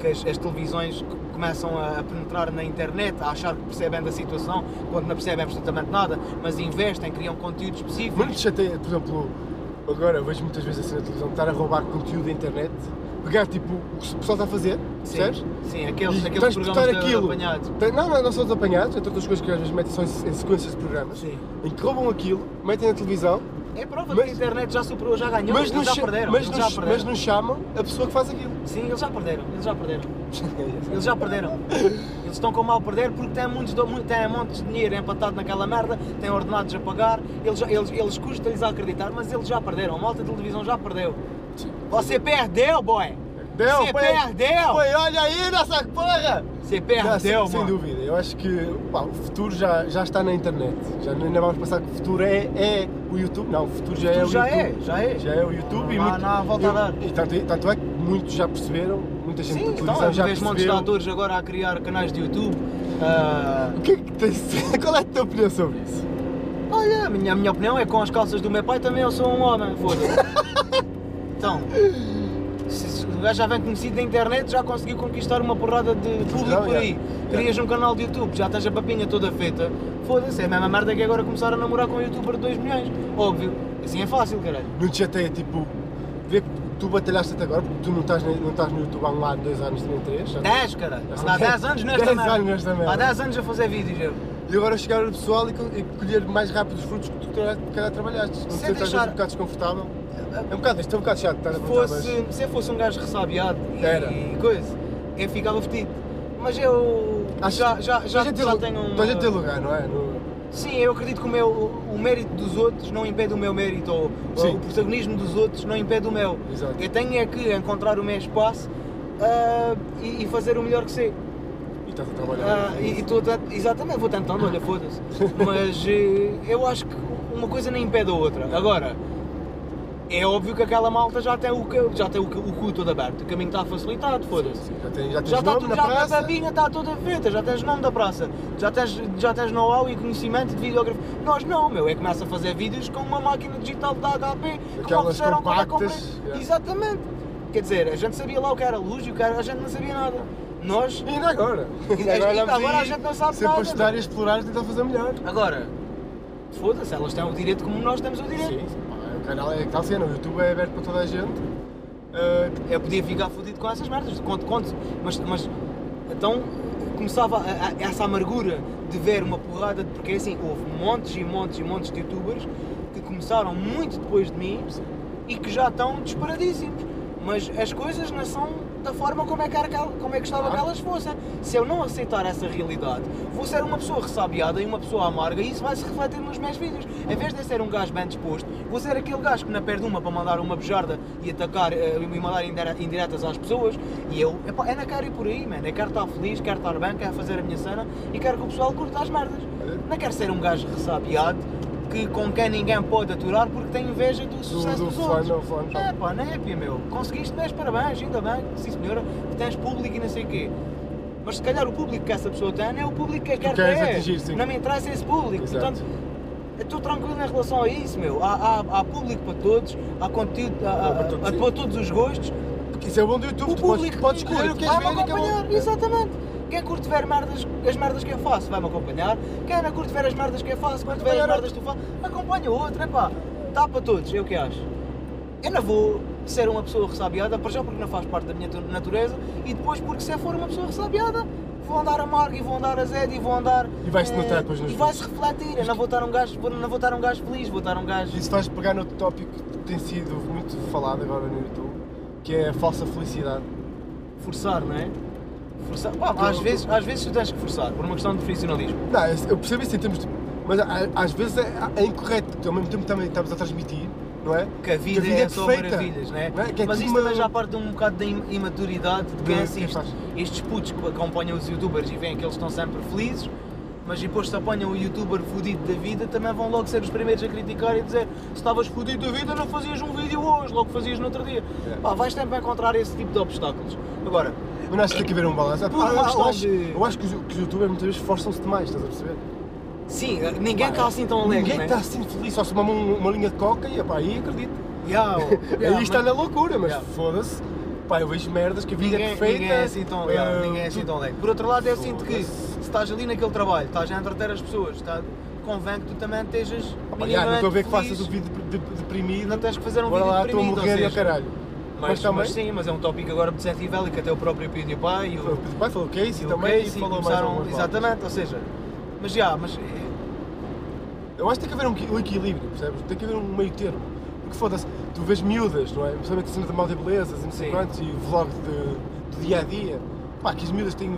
Speaker 2: que as, as televisões c- começam a penetrar na internet, a achar que percebem da situação, quando não percebem absolutamente nada, mas investem, criam conteúdo específico.
Speaker 1: Muito chateia, por exemplo, agora vejo muitas vezes assim na televisão estar a roubar conteúdo da internet, pegar tipo o que o pessoal está a fazer,
Speaker 2: sim,
Speaker 1: percebes?
Speaker 2: sim, aqueles,
Speaker 1: E
Speaker 2: aqueles
Speaker 1: transportar
Speaker 2: programas de-
Speaker 1: aquilo.
Speaker 2: apanhados.
Speaker 1: Tem- Não, não, não são os apanhados, entre outras coisas que às vezes metem só em em sequências de programas,
Speaker 2: Sim.
Speaker 1: em que roubam aquilo, metem na televisão,
Speaker 2: É prova de
Speaker 1: Mas-
Speaker 2: que a internet já superou, já ganhou,
Speaker 1: mas
Speaker 2: eles
Speaker 1: não,
Speaker 2: já
Speaker 1: cha-
Speaker 2: perderam.
Speaker 1: mas,
Speaker 2: eles
Speaker 1: não,
Speaker 2: já
Speaker 1: ch-
Speaker 2: perderam.
Speaker 1: mas não chamam a pessoa que faz
Speaker 2: [laughs]
Speaker 1: aquilo.
Speaker 2: Sim, eles já perderam, eles já perderam. Eles já perderam. Eles estão com mal a perder porque têm, muitos, do- mu- têm montes de dinheiro empatado naquela merda, têm ordenados a pagar, eles, já- eles, eles custa-lhes a acreditar, mas eles já perderam. A malta de televisão já perdeu. Você perdeu, boy!
Speaker 1: Deu,
Speaker 2: Você
Speaker 1: foi-
Speaker 2: perdeu!
Speaker 1: Foi, olha aí, nossa porra!
Speaker 2: Você
Speaker 1: Não, sem,
Speaker 2: perdeu,
Speaker 1: sem
Speaker 2: mano.
Speaker 1: dúvida, eu acho que pá, o futuro já, já está na internet. Já não não vamos pensar que o futuro é, é o YouTube. Não, o futuro já é o
Speaker 2: já
Speaker 1: YouTube.
Speaker 2: é, já é.
Speaker 1: Já é o YouTube e
Speaker 2: Não há-
Speaker 1: muito,
Speaker 2: não há volta a
Speaker 1: eu-
Speaker 2: dar.
Speaker 1: E tanto, tanto é que muitos já perceberam, muita gente
Speaker 2: Sim,
Speaker 1: da
Speaker 2: então,
Speaker 1: televisão já
Speaker 2: vês montes de
Speaker 1: percebeu.
Speaker 2: atores agora a criar canais de YouTube. ah,
Speaker 1: O que é que tens- [laughs] Qual é a tua opinião sobre isso?
Speaker 2: Olha, a minha, a minha opinião é que com as calças do meu pai também eu sou um homem,
Speaker 1: [laughs]
Speaker 2: foda-se. então, se, se o gajo já vem conhecido na internet, já conseguiu conquistar uma porrada de público
Speaker 1: Não,
Speaker 2: por
Speaker 1: já.
Speaker 2: aí. Crias um canal de YouTube, já estás a papinha toda feita, foda-se, é a mesma merda que agora começar a namorar com um youtuber de 2 milhões, óbvio. Assim é fácil, caralho.
Speaker 1: Não te chateia, tipo, ver que tu batalhaste até agora, porque tu não estás, ne- não estás no YouTube há um ano, dois anos, nem três. já-
Speaker 2: 10, caralho. Há 10 anos nesta
Speaker 1: Dez
Speaker 2: merda.
Speaker 1: anos nesta merda.
Speaker 2: Há 10 anos a fazer vídeos, eu.
Speaker 1: E agora chegar ao pessoal e, co- e colher mais rápido os frutos que tu tra- que calhar trabalhaste. Não te
Speaker 2: Sem
Speaker 1: sentes às vezes
Speaker 2: deixar-
Speaker 1: um bocado desconfortável? É um bocado, isto é um bocado chato, estás a
Speaker 2: Se
Speaker 1: perguntar,
Speaker 2: fosse, se eu fosse um gajo ressabiado e,
Speaker 1: Era.
Speaker 2: e coisa, eu ficava fedido. Mas eu
Speaker 1: mas-
Speaker 2: já, já, já,
Speaker 1: toda a gente
Speaker 2: já
Speaker 1: tem lu-
Speaker 2: tenho um.
Speaker 1: Toda a gente tem lugar, não é? No-
Speaker 2: Sim, eu acredito que o, meu, o mérito dos outros não impede o meu mérito, ou, ou
Speaker 1: Sim.
Speaker 2: o protagonismo dos outros não impede o meu.
Speaker 1: Exato.
Speaker 2: Eu tenho é que encontrar o meu espaço ah, e, e fazer o melhor que sei.
Speaker 1: E estás a trabalhar.
Speaker 2: Ah, e, e tô, a tent- exatamente, vou tentando, olha, foda-se. Mas eh, eu acho que uma coisa nem impede a outra. Agora, é óbvio que aquela malta já tem o, ca- já tem o, ca- o cu todo aberto, o caminho está facilitado, foda-se.
Speaker 1: Já tens, já tens
Speaker 2: Já está
Speaker 1: nome
Speaker 2: tudo,
Speaker 1: na
Speaker 2: já tá a
Speaker 1: praça.
Speaker 2: babinha está toda feita, já tens nome da praça, já tens, já tens know-how e conhecimento de videógrafo. Nós não, meu, é que começa a fazer vídeos com uma máquina digital da HP que
Speaker 1: Aquelas
Speaker 2: mal disseram quando a comprei.
Speaker 1: compactas, yeah.
Speaker 2: é- Exatamente. Quer dizer, a gente sabia lá o que era luz e o que era, a gente não sabia nada. Nós
Speaker 1: E ainda [laughs] agora?
Speaker 2: Ainda
Speaker 1: andamos
Speaker 2: agora a
Speaker 1: aí
Speaker 2: gente não sabe
Speaker 1: Sempre a
Speaker 2: nada,
Speaker 1: estudar
Speaker 2: não.
Speaker 1: e a explorar e tentar fazer melhor.
Speaker 2: Agora, foda-se, elas têm o direito como nós temos o direito.
Speaker 1: Sim, sim, pá, o canal é que está a cena, o YouTube é aberto para toda a gente.
Speaker 2: eh, eu podia ficar fodido com essas merdas, conto, conto, mas, mas então começava a- a- essa amargura de ver uma porrada, de, porque assim, houve montes e montes e montes de youtubers que começaram muito depois de mim e que já estão disparadíssimos, mas as coisas não são da forma como é que, era, que ela- como é que gostava que elas fossem. Se eu não aceitar essa realidade, vou ser uma pessoa ressabiada e uma pessoa amarga e isso vai se refletir nos meus vídeos. Em vez de eu ser um gajo bem disposto, vou ser aquele gajo que não perde uma para mandar uma bejarda e atacar eh, e mandar indire- indiretas às pessoas. E eu, epá, eu não quero ir por aí, mano. Eu quero estar feliz, quero estar bem, quero fazer a minha cena e quero que o pessoal curta as merdas. Não quero ser um gajo ressabiado que com quem ninguém pode aturar porque tem inveja do sucesso
Speaker 1: do
Speaker 2: dos
Speaker 1: fulano,
Speaker 2: outros.
Speaker 1: fulano,
Speaker 2: É pá, não é, pia, meu. Conseguiste, mas parabéns, ainda bem, sim senhora, que tens público e não sei o quê. Mas se calhar o público que essa pessoa tem não é o público que eu quero
Speaker 1: queres
Speaker 2: ter.
Speaker 1: atingir, sim.
Speaker 2: Não me interessa esse público.
Speaker 1: Exato.
Speaker 2: Portanto, eu estou tranquilo em relação a isso, meu. Há, há- há público para todos, há conteúdo há- há-
Speaker 1: Há para todos,
Speaker 2: há
Speaker 1: sim.
Speaker 2: para todos os gostos.
Speaker 1: Porque isso é bom do YouTube,
Speaker 2: O
Speaker 1: tu
Speaker 2: público
Speaker 1: podes, podes
Speaker 2: que
Speaker 1: escolher o que
Speaker 2: curte
Speaker 1: queres ver
Speaker 2: vai-me
Speaker 1: e acabou.
Speaker 2: acompanhar, exatamente. Quem curte ver merdas, as merdas que eu faço vai-me acompanhar. Quem não curte ver as merdas que eu faço, curte ver as
Speaker 1: acompanhar
Speaker 2: merdas que tu fazes, acompanha outra, é pá. Dá para todos, é o que acho. Eu não vou ser uma pessoa ressabiada, para já porque não faz parte da minha tu- natureza e depois porque se eu for uma pessoa ressabiada, vou andar amargo e vou andar azedo e vou andar.
Speaker 1: E vais-te
Speaker 2: eh,
Speaker 1: notar depois nos
Speaker 2: E vai-se refletir. Eu não vou estar um gajo, vou- não vou estar um gajo feliz, vou estar um gajo.
Speaker 1: Isso faz pegar noutro tópico que tem sido muito falado agora no YouTube, que é a falsa felicidade.
Speaker 2: forçar, não é? Forçar. Pá,
Speaker 1: Eu-
Speaker 2: às, vezes, às vezes tu tens que forçar, por uma questão de profissionalismo.
Speaker 1: Não, eu- eu percebo isso em termos de. Mas a- às vezes é, é incorreto, porque ao mesmo tempo também estamos a transmitir, não é?
Speaker 2: Que a vida, é, só
Speaker 1: perfeita,
Speaker 2: maravilhas, não é?
Speaker 1: Que é
Speaker 2: Mas
Speaker 1: tudo
Speaker 2: isso
Speaker 1: uma-
Speaker 2: também já parte de um bocado da im- imaturidade de quem
Speaker 1: De-
Speaker 2: assiste.
Speaker 1: quem faz.
Speaker 2: Estes putos que acompanham os youtubers e veem que eles estão sempre felizes, mas depois se apanham o youtuber fudido da vida, também vão logo ser os primeiros a criticar e dizer se estavas fudido da vida não fazias um vídeo hoje, logo fazias no outro dia.
Speaker 1: É.
Speaker 2: Pá, vais sempre encontrar esse tipo de obstáculos. Agora,
Speaker 1: Mas não acho que tem que haver um balanço. Há-
Speaker 2: Por uma
Speaker 1: há- eu,
Speaker 2: questão
Speaker 1: acho,
Speaker 2: de-
Speaker 1: eu acho que os, que os youtubers muitas vezes forçam-se demais, estás a perceber?
Speaker 2: sim, ninguém está assim tão alegre,
Speaker 1: Ninguém
Speaker 2: né?
Speaker 1: está assim feliz, só se uma, uma linha de coca e epá, aí acredito. [laughs]
Speaker 2: Yeah,
Speaker 1: É
Speaker 2: oh, yeah,
Speaker 1: aí está
Speaker 2: mas-
Speaker 1: na loucura, mas
Speaker 2: Yeah.
Speaker 1: foda-se. Pá, eu vejo merdas que a vida
Speaker 2: ninguém,
Speaker 1: é perfeita.
Speaker 2: ninguém é assim tão, yeah,
Speaker 1: eh,
Speaker 2: ninguém é assim
Speaker 1: tudo-
Speaker 2: tão alegre. Por outro lado, eu sinto que
Speaker 1: Foda-se.
Speaker 2: se estás ali naquele trabalho, estás a entreter as pessoas, está, convém que tu também estejas
Speaker 1: Pá, yeah, não estou a ver que
Speaker 2: minimamente
Speaker 1: faças o
Speaker 2: é feliz.
Speaker 1: vídeo de- de- deprimido.
Speaker 2: Não tens que fazer um
Speaker 1: Bora
Speaker 2: vídeo
Speaker 1: lá, estou a
Speaker 2: deprimido, ou
Speaker 1: morrer e ao
Speaker 2: seja,
Speaker 1: caralho.
Speaker 2: Mas,
Speaker 1: Mas também-
Speaker 2: mas sim, mas é um tópico agora perceptível e que até o próprio PewDiePie e
Speaker 1: O
Speaker 2: o,
Speaker 1: pai falou que é isso
Speaker 2: e
Speaker 1: e
Speaker 2: o
Speaker 1: também
Speaker 2: Casey
Speaker 1: falou mais
Speaker 2: começaram,
Speaker 1: algumas palavras.
Speaker 2: exatamente, ou seja, mas já, mas
Speaker 1: Eu acho que tem que haver um, equi- um equilíbrio, percebes? Tem que haver um meio termo. Porque foda-se, tu vês miúdas, não é? Principalmente assim de mal de belezas e não sei
Speaker 2: Sim.
Speaker 1: quantos e vlogs de, do dia a dia. Pá, que as miúdas têm.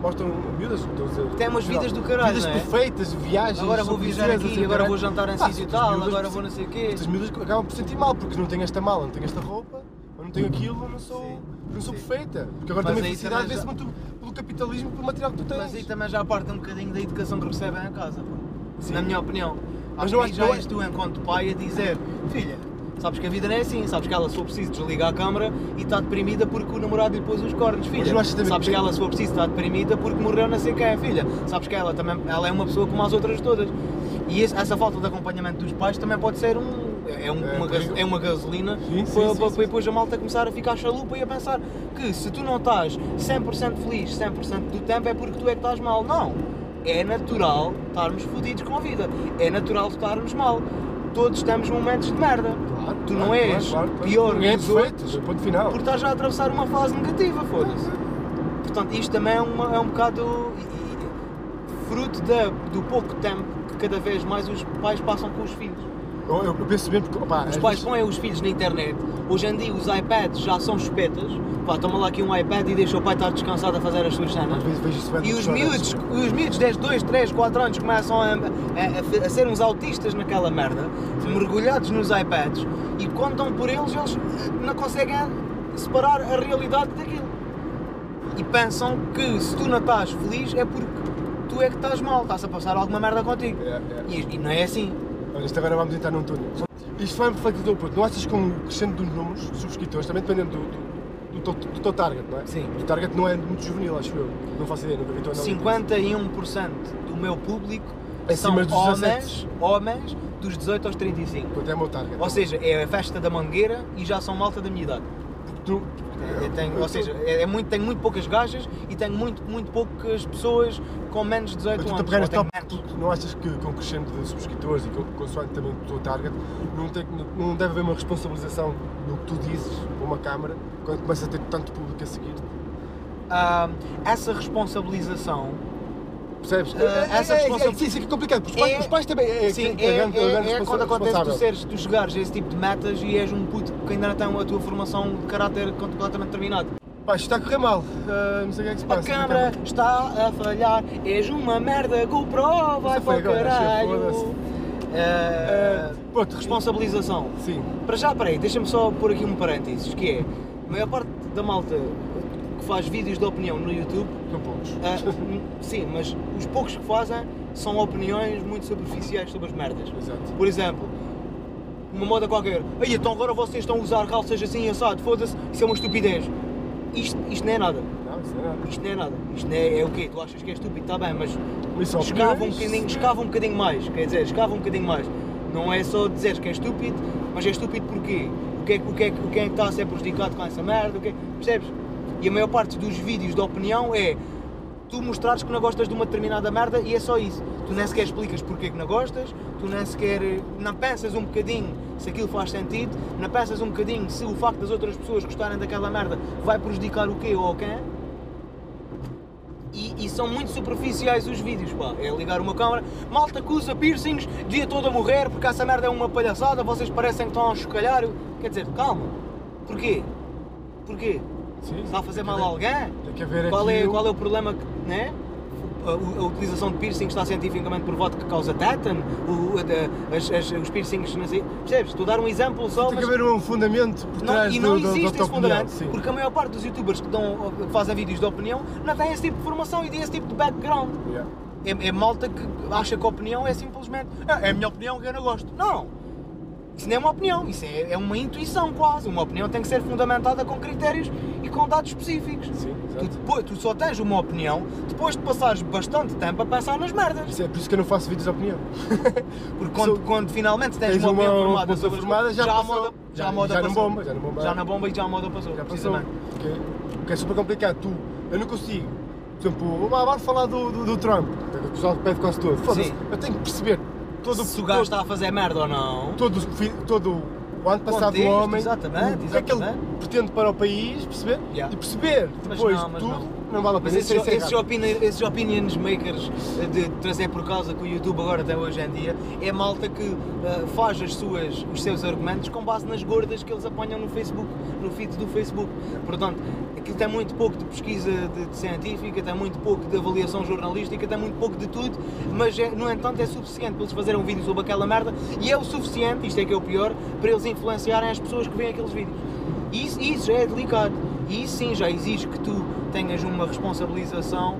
Speaker 1: mostram miúdas, estou a dizer.
Speaker 2: Tem umas
Speaker 1: geral,
Speaker 2: vidas do caralho,
Speaker 1: Vidas
Speaker 2: não é?
Speaker 1: perfeitas, viagens.
Speaker 2: agora vou
Speaker 1: são
Speaker 2: viajar
Speaker 1: princesas,
Speaker 2: aqui,
Speaker 1: e o
Speaker 2: agora
Speaker 1: caralho.
Speaker 2: vou jantar em
Speaker 1: Pá,
Speaker 2: sítio
Speaker 1: estas
Speaker 2: tal,
Speaker 1: miúdas
Speaker 2: agora
Speaker 1: por
Speaker 2: vou não sei o quê.
Speaker 1: Estas miúdas acabam por sentir mal porque não tenho esta mala, não tenho esta roupa, ou não tenho aquilo, eu não sou,
Speaker 2: Uhum. Sim.
Speaker 1: não sou
Speaker 2: Sim.
Speaker 1: perfeita. Porque agora
Speaker 2: Mas
Speaker 1: também a
Speaker 2: aí
Speaker 1: felicidade
Speaker 2: também
Speaker 1: vê-se
Speaker 2: já-
Speaker 1: muito pelo capitalismo, pelo material que tu tens.
Speaker 2: Mas aí também já parte um bocadinho da educação que recebem em casa, pô.
Speaker 1: Sim.
Speaker 2: na minha opinião.
Speaker 1: Mas
Speaker 2: Acho
Speaker 1: não
Speaker 2: que aí
Speaker 1: acho
Speaker 2: já
Speaker 1: que é-
Speaker 2: és tu, enquanto pai, a dizer: Filha, sabes que a vida não é assim, sabes que ela só precisa desligar a câmara e está deprimida porque o namorado lhe pôs os cornos, filha.
Speaker 1: não achas também
Speaker 2: Sabes
Speaker 1: que
Speaker 2: que
Speaker 1: tem-
Speaker 2: ela só precisa estar tá deprimida porque morreu não sei quem, filha. Sabes que ela também ela é uma pessoa como as outras todas. E esse- essa falta de acompanhamento dos pais também pode ser um. É, um-
Speaker 1: É, perigo.
Speaker 2: uma, gaso- é uma gasolina
Speaker 1: Sim, sim,
Speaker 2: para,
Speaker 1: sim,
Speaker 2: para-
Speaker 1: sim.
Speaker 2: para depois a malta começar a ficar chalupa e a pensar que se tu não estás 100% feliz 100% do tempo é porque tu é que estás mal. Não! É natural estarmos fodidos com a vida. É natural estarmos mal. Todos temos momentos de merda.
Speaker 1: Claro,
Speaker 2: tu
Speaker 1: Ah, claro,
Speaker 2: não
Speaker 1: claro,
Speaker 2: és
Speaker 1: claro, claro.
Speaker 2: pior
Speaker 1: Ninguém é
Speaker 2: que os outros
Speaker 1: perfeito, ponto final.
Speaker 2: porque estás já a atravessar uma fase negativa, foda-se. Portanto, isto também é, uma- é um bocado e- e- fruto da- do pouco tempo que cada vez mais os pais passam com os filhos.
Speaker 1: Eu, eu penso mesmo porque. Opá,
Speaker 2: Os
Speaker 1: às
Speaker 2: pais
Speaker 1: vezes-
Speaker 2: põem os filhos na internet. Hoje em dia os iPads já são espetas. Pá, toma lá aqui um iPad e deixa o pai estar descansado a fazer as suas cenas.
Speaker 1: Às vezes vejo isso bem
Speaker 2: E
Speaker 1: nos
Speaker 2: os
Speaker 1: restaurantes,
Speaker 2: miúdos, os miúdos 10, 2, 3, 4 anos começam a, a- a- a ser uns autistas naquela merda, mergulhados nos iPads, e contam por eles, eles não conseguem separar a realidade daquilo. E pensam que se tu não estás feliz é porque tu é que estás mal, estás a passar alguma merda contigo.
Speaker 1: É, é.
Speaker 2: E, e não é assim.
Speaker 1: Olha, isto agora vamos entrar num túnel. Isto vai refletir o ponto. Não achas que com o crescendo dos números, de subscriptores, também dependendo do, do, do, teu- do teu target, não é?
Speaker 2: Sim.
Speaker 1: O teu target não é muito juvenil, acho eu. Não faço ideia, nunca vi tua
Speaker 2: 51% do meu público são
Speaker 1: Acima dos
Speaker 2: homens,
Speaker 1: 17.
Speaker 2: homens dos 18 aos 35.
Speaker 1: Quanto é o meu target?
Speaker 2: Ou seja, é a festa da mangueira e já são malta da minha idade.
Speaker 1: Tu, eh, Ah,
Speaker 2: Eu tenho- ou seja, é, é muito, tenho muito poucas gajas e tenho muito, muito poucas pessoas com menos de 18
Speaker 1: Mas tu
Speaker 2: anos.
Speaker 1: te pegar
Speaker 2: ou
Speaker 1: neste
Speaker 2: tenho
Speaker 1: tópico,
Speaker 2: menos.
Speaker 1: tu não achas que com o crescendo de subscritores e com, consoante também o teu target, não, tem, não deve haver uma responsabilização do que tu dizes para uma câmara quando começa a ter tanto público a seguir?
Speaker 2: Ah, essa responsabilização
Speaker 1: Percebes?
Speaker 2: Eh, essa
Speaker 1: é,
Speaker 2: responsa-
Speaker 1: é, sim, sim, é complicado, porque os pais,
Speaker 2: É-
Speaker 1: os pais também é,
Speaker 2: Sim,
Speaker 1: que
Speaker 2: é,
Speaker 1: grande-
Speaker 2: é-
Speaker 1: grande
Speaker 2: é
Speaker 1: responsa-
Speaker 2: quando acontece tu,
Speaker 1: responsável.
Speaker 2: seres, tu chegares a esse tipo de metas e és um puto que ainda não tem a tua formação de caráter completamente terminado.
Speaker 1: Pá, isto está a correr mal, Ah, não sei o que é que se
Speaker 2: A
Speaker 1: passa.
Speaker 2: câmara está a falhar, és uma merda, GoPro, vai
Speaker 1: foi
Speaker 2: para o
Speaker 1: agora, achei, foda-se.
Speaker 2: caralho. Eh,
Speaker 1: Pronto, responsa.
Speaker 2: responsabilização.
Speaker 1: Sim,
Speaker 2: Para já, peraí, deixa-me só pôr aqui um parênteses, que é, a maior parte da malta que faz vídeos de opinião no YouTube,
Speaker 1: não poucos. [laughs]
Speaker 2: ah, n- sim, mas os poucos que fazem são opiniões muito superficiais sobre as merdas.
Speaker 1: Exato.
Speaker 2: Por exemplo, uma moda qualquer, aí então agora vocês estão a usar calças assim assado, foda-se, isso é uma estupidez. Isto, isto não é nada,
Speaker 1: Não, isso não é nada.
Speaker 2: isto não é nada, isto não é, é o quê? Tu achas que é estúpido, está bem, mas
Speaker 1: Mas só
Speaker 2: escava um,
Speaker 1: opiniões.
Speaker 2: bocadinho, escava um bocadinho mais, quer dizer, escava um bocadinho mais. Não é só dizeres que é estúpido, mas é estúpido porquê? O que é, que- o que é, que- o que é que está a ser prejudicado com essa merda? O que é- percebes? E a maior parte dos vídeos de opinião é tu mostrares que não gostas de uma determinada merda e é só isso. Tu nem sequer explicas porquê que não gostas, tu nem sequer. eh, não pensas um bocadinho se aquilo faz sentido, não pensas um bocadinho se o facto das outras pessoas gostarem daquela merda vai prejudicar o quê ou quem. E, e são muito superficiais os vídeos, pá. É ligar uma câmera, malta que usa piercings, dia todo a morrer porque essa merda é uma palhaçada, vocês parecem que estão a chocalhar. Quer dizer, calma. Porquê? Porquê?
Speaker 1: Sim,
Speaker 2: Está a fazer
Speaker 1: tem que
Speaker 2: mal a
Speaker 1: haver-
Speaker 2: alguém?
Speaker 1: Tem que haver
Speaker 2: Qual
Speaker 1: aqui
Speaker 2: é,
Speaker 1: um-
Speaker 2: qual é o problema que, né? A, a utilização de piercings está cientificamente provado que causa tétano, o- a- da- as- as- os piercings, não sei, percebes? Estou a dar um exemplo só,
Speaker 1: Tem que
Speaker 2: mas
Speaker 1: haver um fundamento por
Speaker 2: não,
Speaker 1: trás
Speaker 2: e
Speaker 1: do-
Speaker 2: não
Speaker 1: do- da
Speaker 2: existe
Speaker 1: tua
Speaker 2: esse
Speaker 1: opinião.
Speaker 2: ponderante,
Speaker 1: Sim.
Speaker 2: porque a maior parte dos youtubers que, dão, que fazem vídeos de opinião não têm esse tipo de formação e têm esse tipo de background.
Speaker 1: Yeah.
Speaker 2: É, é malta que acha que a opinião é simplesmente "Ah, é a minha opinião que eu não gosto. Não! Isso não é uma opinião, isso é, é uma intuição quase. Uma opinião tem que ser fundamentada com critérios e com dados específicos.
Speaker 1: Sim,
Speaker 2: Tu,
Speaker 1: exato.
Speaker 2: depois, tu só tens uma opinião depois de passares bastante tempo a pensar nas merdas.
Speaker 1: Isso é por isso que eu não faço vídeos de opinião.
Speaker 2: Porque quando,
Speaker 1: Sou-
Speaker 2: quando finalmente tens,
Speaker 1: Tens
Speaker 2: uma opinião
Speaker 1: uma
Speaker 2: formada,
Speaker 1: opinião
Speaker 2: sobre as
Speaker 1: formada,
Speaker 2: coisas,
Speaker 1: já
Speaker 2: a
Speaker 1: passou.
Speaker 2: moda, já, a
Speaker 1: Já-
Speaker 2: moda
Speaker 1: já não
Speaker 2: passou.
Speaker 1: bomba, já não bomba.
Speaker 2: Já na bomba e já a moda passou.
Speaker 1: Já passou.
Speaker 2: precisamente.
Speaker 1: Porque, porque é super complicado. Tu, eu não consigo. Por exemplo, vá, vá falar do, do, do Trump. O pessoal pede quase todo. Foda-se.
Speaker 2: Sim.
Speaker 1: Eu tenho que perceber todo,
Speaker 2: Se o gajo
Speaker 1: todo,
Speaker 2: está a fazer merda ou não.
Speaker 1: todo, o fi- todo o ano passado do
Speaker 2: Contexto,
Speaker 1: homem.
Speaker 2: exatamente,
Speaker 1: o que é que ele
Speaker 2: exatamente.
Speaker 1: pretende para o país, perceber?
Speaker 2: Yeah.
Speaker 1: E perceber
Speaker 2: Mas
Speaker 1: depois
Speaker 2: não,
Speaker 1: de
Speaker 2: mas
Speaker 1: tudo,
Speaker 2: não.
Speaker 1: não. vale a
Speaker 2: Mas
Speaker 1: pena.
Speaker 2: esses,
Speaker 1: Isso é- isso é
Speaker 2: esses,
Speaker 1: errado.
Speaker 2: opini- esses opinions makers eh, de trazer por causa que o YouTube agora tem hoje em dia é malta que eh, faz as suas, os seus argumentos com base nas gordas que eles apanham no Facebook, no feed do Facebook. Portanto, aquilo tem muito pouco de pesquisa de, de científica, tem muito pouco de avaliação jornalística, tem muito pouco de tudo, mas é- no entanto é suficiente para eles fazerem um vídeo sobre aquela merda e é o suficiente, isto é que é o pior, para eles influenciarem as pessoas que veem aqueles vídeos. E Isso, isso já é delicado. E isso sim já exige que tu tenhas uma responsabilização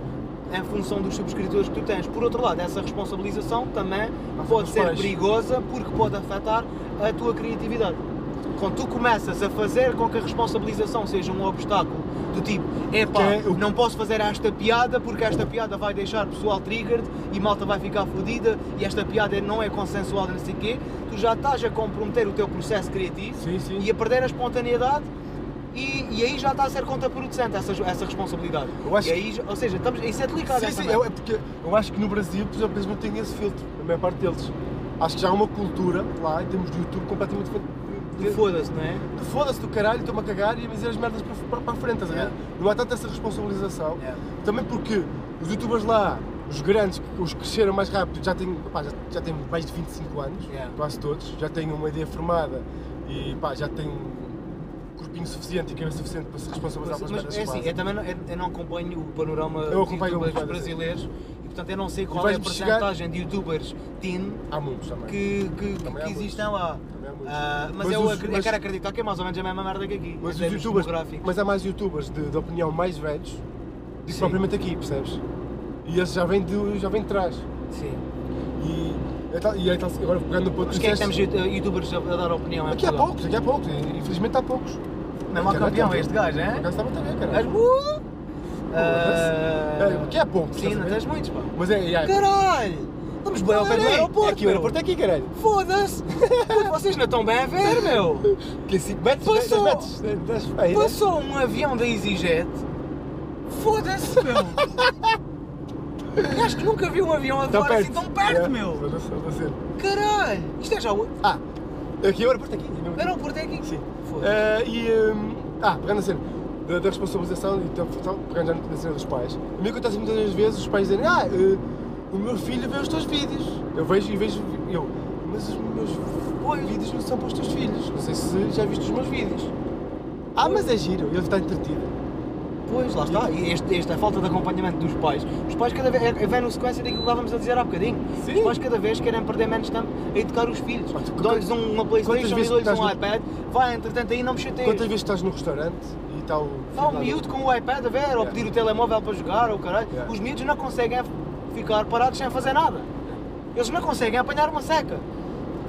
Speaker 2: em função dos subscritores que tu tens. Por outro lado, essa responsabilização também
Speaker 1: Afeta
Speaker 2: pode
Speaker 1: os
Speaker 2: ser
Speaker 1: pais.
Speaker 2: perigosa porque pode afetar a tua criatividade. Quando tu começas a fazer com que a responsabilização seja um obstáculo do tipo, epá,
Speaker 1: Que é o-
Speaker 2: não posso fazer esta piada porque esta piada vai deixar o pessoal triggered e malta vai ficar fodida e esta piada não é consensual e não sei o quê, tu já estás a comprometer o teu processo criativo
Speaker 1: Sim, sim.
Speaker 2: e a perder a espontaneidade e, e aí já está a ser contraproducente essa, essa responsabilidade.
Speaker 1: Eu acho
Speaker 2: e aí, já- ou seja, estamos, isso é delicado.
Speaker 1: Sim,
Speaker 2: essa
Speaker 1: sim,
Speaker 2: merda.
Speaker 1: é porque eu acho que no Brasil, por exemplo, eles não têm esse filtro, a maior parte deles. Acho que já há uma cultura lá, em termos de YouTube, completamente
Speaker 2: De
Speaker 1: diferente.
Speaker 2: Foda-se, não é?
Speaker 1: De Foda-se do caralho, estou-me a cagar e a dizer as merdas para, para, para a frente, estás a ver?
Speaker 2: Yeah.
Speaker 1: Não há tanta essa responsabilização. Também porque os youtubers lá, os grandes, que- os que cresceram mais rápido, já têm, pá, já, já têm mais de 25 anos,
Speaker 2: Yeah.
Speaker 1: quase todos, já têm uma ideia formada e pá, já têm um corpinho suficiente e cabeça suficiente para se responsabilizar
Speaker 2: Mas,
Speaker 1: pelas merdas
Speaker 2: mas é
Speaker 1: que
Speaker 2: assim,
Speaker 1: fazem.
Speaker 2: eu também não, eu, eu não acompanho o panorama
Speaker 1: Eu acompanho
Speaker 2: dos youtubers
Speaker 1: algumas coisas, sim.
Speaker 2: brasileiros e portanto eu não sei qual é a
Speaker 1: vais-me chegar-
Speaker 2: porcentagem de youtubers teen
Speaker 1: Há muitos também.
Speaker 2: que, que, que,
Speaker 1: Também há
Speaker 2: existem lá.
Speaker 1: Também há muitos.
Speaker 2: Ah, mas,
Speaker 1: Mas
Speaker 2: eu,
Speaker 1: os-
Speaker 2: acre- eu
Speaker 1: mas-
Speaker 2: quero acreditar que é mais ou menos a mesma merda que aqui.
Speaker 1: Mas,
Speaker 2: em
Speaker 1: os
Speaker 2: termos
Speaker 1: youtubers,
Speaker 2: demográficos.
Speaker 1: mas há mais youtubers de, de opinião mais velhos do que
Speaker 2: Sim.
Speaker 1: propriamente aqui, percebes? E esse já vem de, já vem de trás.
Speaker 2: Sim.
Speaker 1: E, é tal- e é tal- agora pegando o ponto
Speaker 2: Mas
Speaker 1: que
Speaker 2: quem é que temos
Speaker 1: disseste,
Speaker 2: youtubers a, a dar opinião? em
Speaker 1: Aqui há
Speaker 2: Portugal?
Speaker 1: poucos, aqui há poucos. E, Infelizmente há poucos.
Speaker 2: Não é mau
Speaker 1: Caralho,
Speaker 2: campeão
Speaker 1: tá-
Speaker 2: este gajo,
Speaker 1: Por
Speaker 2: é?
Speaker 1: acaso estava também,
Speaker 2: Mas,
Speaker 1: caralho.
Speaker 2: uh,
Speaker 1: É, Aqui há poucos.
Speaker 2: Sim,
Speaker 1: estás a
Speaker 2: não
Speaker 1: ver?
Speaker 2: tens muitos, pá.
Speaker 1: Mas é, é, é.
Speaker 2: é. Caralho! Não Estamos bem ao pé do
Speaker 1: Olha aí,
Speaker 2: aeroporto,
Speaker 1: É que o aeroporto
Speaker 2: meu.
Speaker 1: é aqui, caralho.
Speaker 2: Foda-se! [laughs] Puto, Vocês não estão bem a ver, [laughs] meu!
Speaker 1: Que 5 metros?
Speaker 2: Passou.
Speaker 1: 10 metros? 10 metros?
Speaker 2: Passou um avião da EasyJet. Foda-se, [laughs] meu! Acho que nunca vi um avião a voar assim tão perto, meu! Caralho! Isto é já o
Speaker 1: Ah, aqui é o aeroporto, aqui. mesmo aqui.
Speaker 2: aeroporto é aqui?
Speaker 1: Sim.
Speaker 2: Foda-se.
Speaker 1: Eh, e. hum, ah, pegando a cena. Da, da responsabilização e da função, pegando já na cena dos pais. A mim acontece muitas das vezes os pais dizerem: Ah, eh, o meu filho vê os teus vídeos. Eu vejo e vejo. Eu, mas os meus
Speaker 2: Pois.
Speaker 1: vídeos não são para os teus filhos. Não sei se já viste os meus vídeos. Ah, mas é giro, ele está entretido.
Speaker 2: Pois, lá está. E este, esta falta de acompanhamento dos pais. Os pais cada vez. é- Vem no sequência daquilo que estávamos a dizer há bocadinho.
Speaker 1: Sim.
Speaker 2: Os pais cada vez querem perder menos tempo a educar os filhos.
Speaker 1: Mas tu-
Speaker 2: Dão-lhes um- uma Playstation e
Speaker 1: vezes
Speaker 2: dão-lhes
Speaker 1: estás
Speaker 2: um
Speaker 1: no-
Speaker 2: iPad. Vai, entretanto, aí não me chateias.
Speaker 1: Quantas vezes estás no restaurante e está o.
Speaker 2: Está um miúdo com o iPad a ver, ou
Speaker 1: Yeah.
Speaker 2: pedir o telemóvel para jogar, ou caralho.
Speaker 1: Yeah.
Speaker 2: Os miúdos não conseguem ficar parados sem fazer nada. Eles não conseguem apanhar uma seca.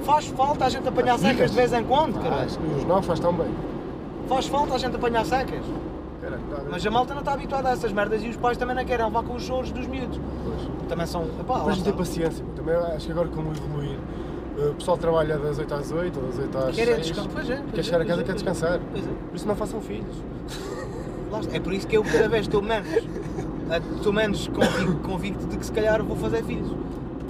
Speaker 2: Faz falta a gente apanhar
Speaker 1: As
Speaker 2: secas
Speaker 1: secas?
Speaker 2: de vez em quando,
Speaker 1: Ah,
Speaker 2: caralho.
Speaker 1: os não faz tão bem.
Speaker 2: Faz falta a gente apanhar secas.
Speaker 1: Caralho, está a ver.
Speaker 2: Mas a malta não está habituada a essas merdas e os pais também não querem levar com os choros dos miúdos.
Speaker 1: Pois.
Speaker 2: Também são. Epá, lá
Speaker 1: Mas não
Speaker 2: está.
Speaker 1: tem paciência. Também acho que agora como evoluir, eh, o pessoal trabalha das 8 às 8 ou das 8 às 6.
Speaker 2: Querem descansar. Pois é, pois
Speaker 1: Quer
Speaker 2: é,
Speaker 1: chegar a
Speaker 2: pois
Speaker 1: casa
Speaker 2: é,
Speaker 1: e quer
Speaker 2: pois é.
Speaker 1: descansar.
Speaker 2: Pois é.
Speaker 1: Por isso não façam filhos.
Speaker 2: Lá está. É por isso que eu
Speaker 1: [laughs]
Speaker 2: cada vez estou menos, a- estou menos convicto, convicto de que se calhar vou fazer filhos.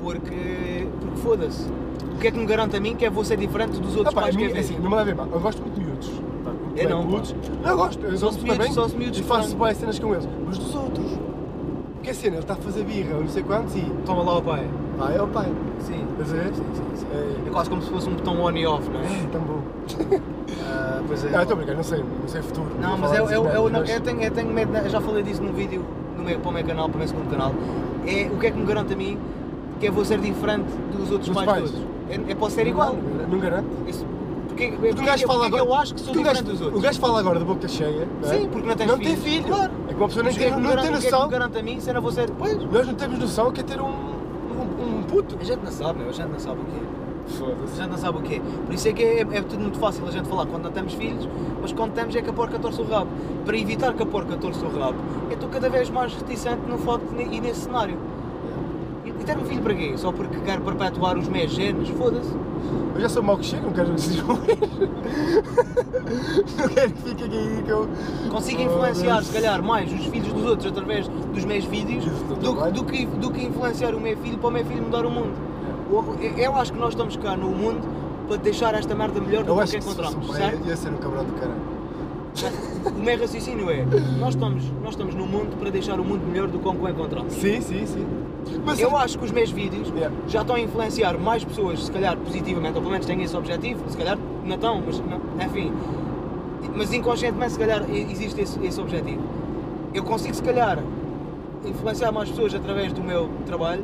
Speaker 2: Porque, porque foda-se. O que é que me garante a mim que é vou ser diferente dos outros
Speaker 1: Ah, pá, a
Speaker 2: pais que
Speaker 1: mim,
Speaker 2: eu
Speaker 1: é assim,
Speaker 2: vejo?
Speaker 1: não me levem mal. Eu gosto muito de miúdos. Pá, muito
Speaker 2: Eu
Speaker 1: bem,
Speaker 2: não, pá.
Speaker 1: miúdos. Eu gosto, eu sou
Speaker 2: Só se
Speaker 1: super
Speaker 2: miúdos-
Speaker 1: bem.
Speaker 2: só se miúdos
Speaker 1: e faço
Speaker 2: frango.
Speaker 1: boas cenas com eles. Mas dos outros. Porque a cena, ele está a fazer birra, ou não sei quantos e.
Speaker 2: Toma lá o pai.
Speaker 1: Ah, é o pai.
Speaker 2: Sim.
Speaker 1: Estás a ver?
Speaker 2: Sim, sim, sim.
Speaker 1: É.
Speaker 2: É quase como se fosse um botão on e off, não
Speaker 1: [laughs]
Speaker 2: é?
Speaker 1: É tão bom.
Speaker 2: Ah, pois é.
Speaker 1: Ah, estou a brincar, não sei, não sei futuro.
Speaker 2: Não,
Speaker 1: vou
Speaker 2: mas é
Speaker 1: falar
Speaker 2: eu,
Speaker 1: dessas
Speaker 2: eu, eu,
Speaker 1: merdas,
Speaker 2: não-
Speaker 1: mas-
Speaker 2: eu tenho, eu tenho medo, né? eu já falei disso num vídeo no meu, para o meu canal, para o meu segundo canal. É o que é que me garante a mim que eu vou ser diferente dos outros
Speaker 1: Dos
Speaker 2: pais,
Speaker 1: pais.
Speaker 2: todos? É, é posso ser igual.
Speaker 1: Não, não garanto.
Speaker 2: Isso, porque,
Speaker 1: Porque é o gajo fala
Speaker 2: porque
Speaker 1: agora.
Speaker 2: eu acho que sou
Speaker 1: porque o
Speaker 2: diferente
Speaker 1: gajo-
Speaker 2: dos
Speaker 1: O
Speaker 2: outros.
Speaker 1: gajo fala agora de boca cheia. não é?
Speaker 2: Sim, porque não tens
Speaker 1: Não
Speaker 2: filhos.
Speaker 1: tem filho.
Speaker 2: Claro.
Speaker 1: É que um uma pessoa nem
Speaker 2: Mas o que é
Speaker 1: tem,
Speaker 2: que me
Speaker 1: não
Speaker 2: garante-
Speaker 1: tem
Speaker 2: O que é que
Speaker 1: noção.
Speaker 2: me garante a mim se eu não vou ser... Pois,
Speaker 1: Nós não temos noção que é ter um, um, um puto.
Speaker 2: a gente não sabe, meu, a gente não sabe o que é. A
Speaker 1: Foda-se.
Speaker 2: gente não sabe o que é. Por isso é que é, é tudo muito fácil a gente falar quando não temos filhos, mas quando temos é que a porca torce o rabo. Para evitar que a porca torce o rabo, eu estou cada vez mais reticente no foco ne- e nesse cenário.
Speaker 1: É.
Speaker 2: E e ter um filho para quê? Só porque quero perpetuar os meus genes? Foda-se.
Speaker 1: Eu já sou mau que chega, não quero que se descobrir. [laughs] Não quero que fique aqui que eu.
Speaker 2: Consigo
Speaker 1: Foda-se.
Speaker 2: influenciar, se calhar, mais os filhos dos outros através dos meus vídeos
Speaker 1: Isso do
Speaker 2: do, que-
Speaker 1: trabalho.
Speaker 2: do que, do que influenciar o meu filho para o meu filho mudar o mundo. Eu- Eu acho que nós estamos cá no mundo para deixar esta merda melhor do
Speaker 1: Eu
Speaker 2: que o
Speaker 1: acho
Speaker 2: que
Speaker 1: que se fosse um
Speaker 2: encontramos,
Speaker 1: pai,
Speaker 2: certo?
Speaker 1: ia ser um cabrão do caralho.
Speaker 2: O meu raciocínio é: nós estamos, nós estamos no mundo para deixar o mundo melhor do que o encontramos.
Speaker 1: Sim, sim, sim. Mas
Speaker 2: Eu acho que os meus vídeos
Speaker 1: Yeah.
Speaker 2: já estão a influenciar mais pessoas, se calhar positivamente, ou pelo menos têm esse objetivo, se calhar não estão, mas não- enfim. Mas inconscientemente, se calhar, e- existe esse, esse objetivo. Eu consigo, se calhar, influenciar mais pessoas através do meu trabalho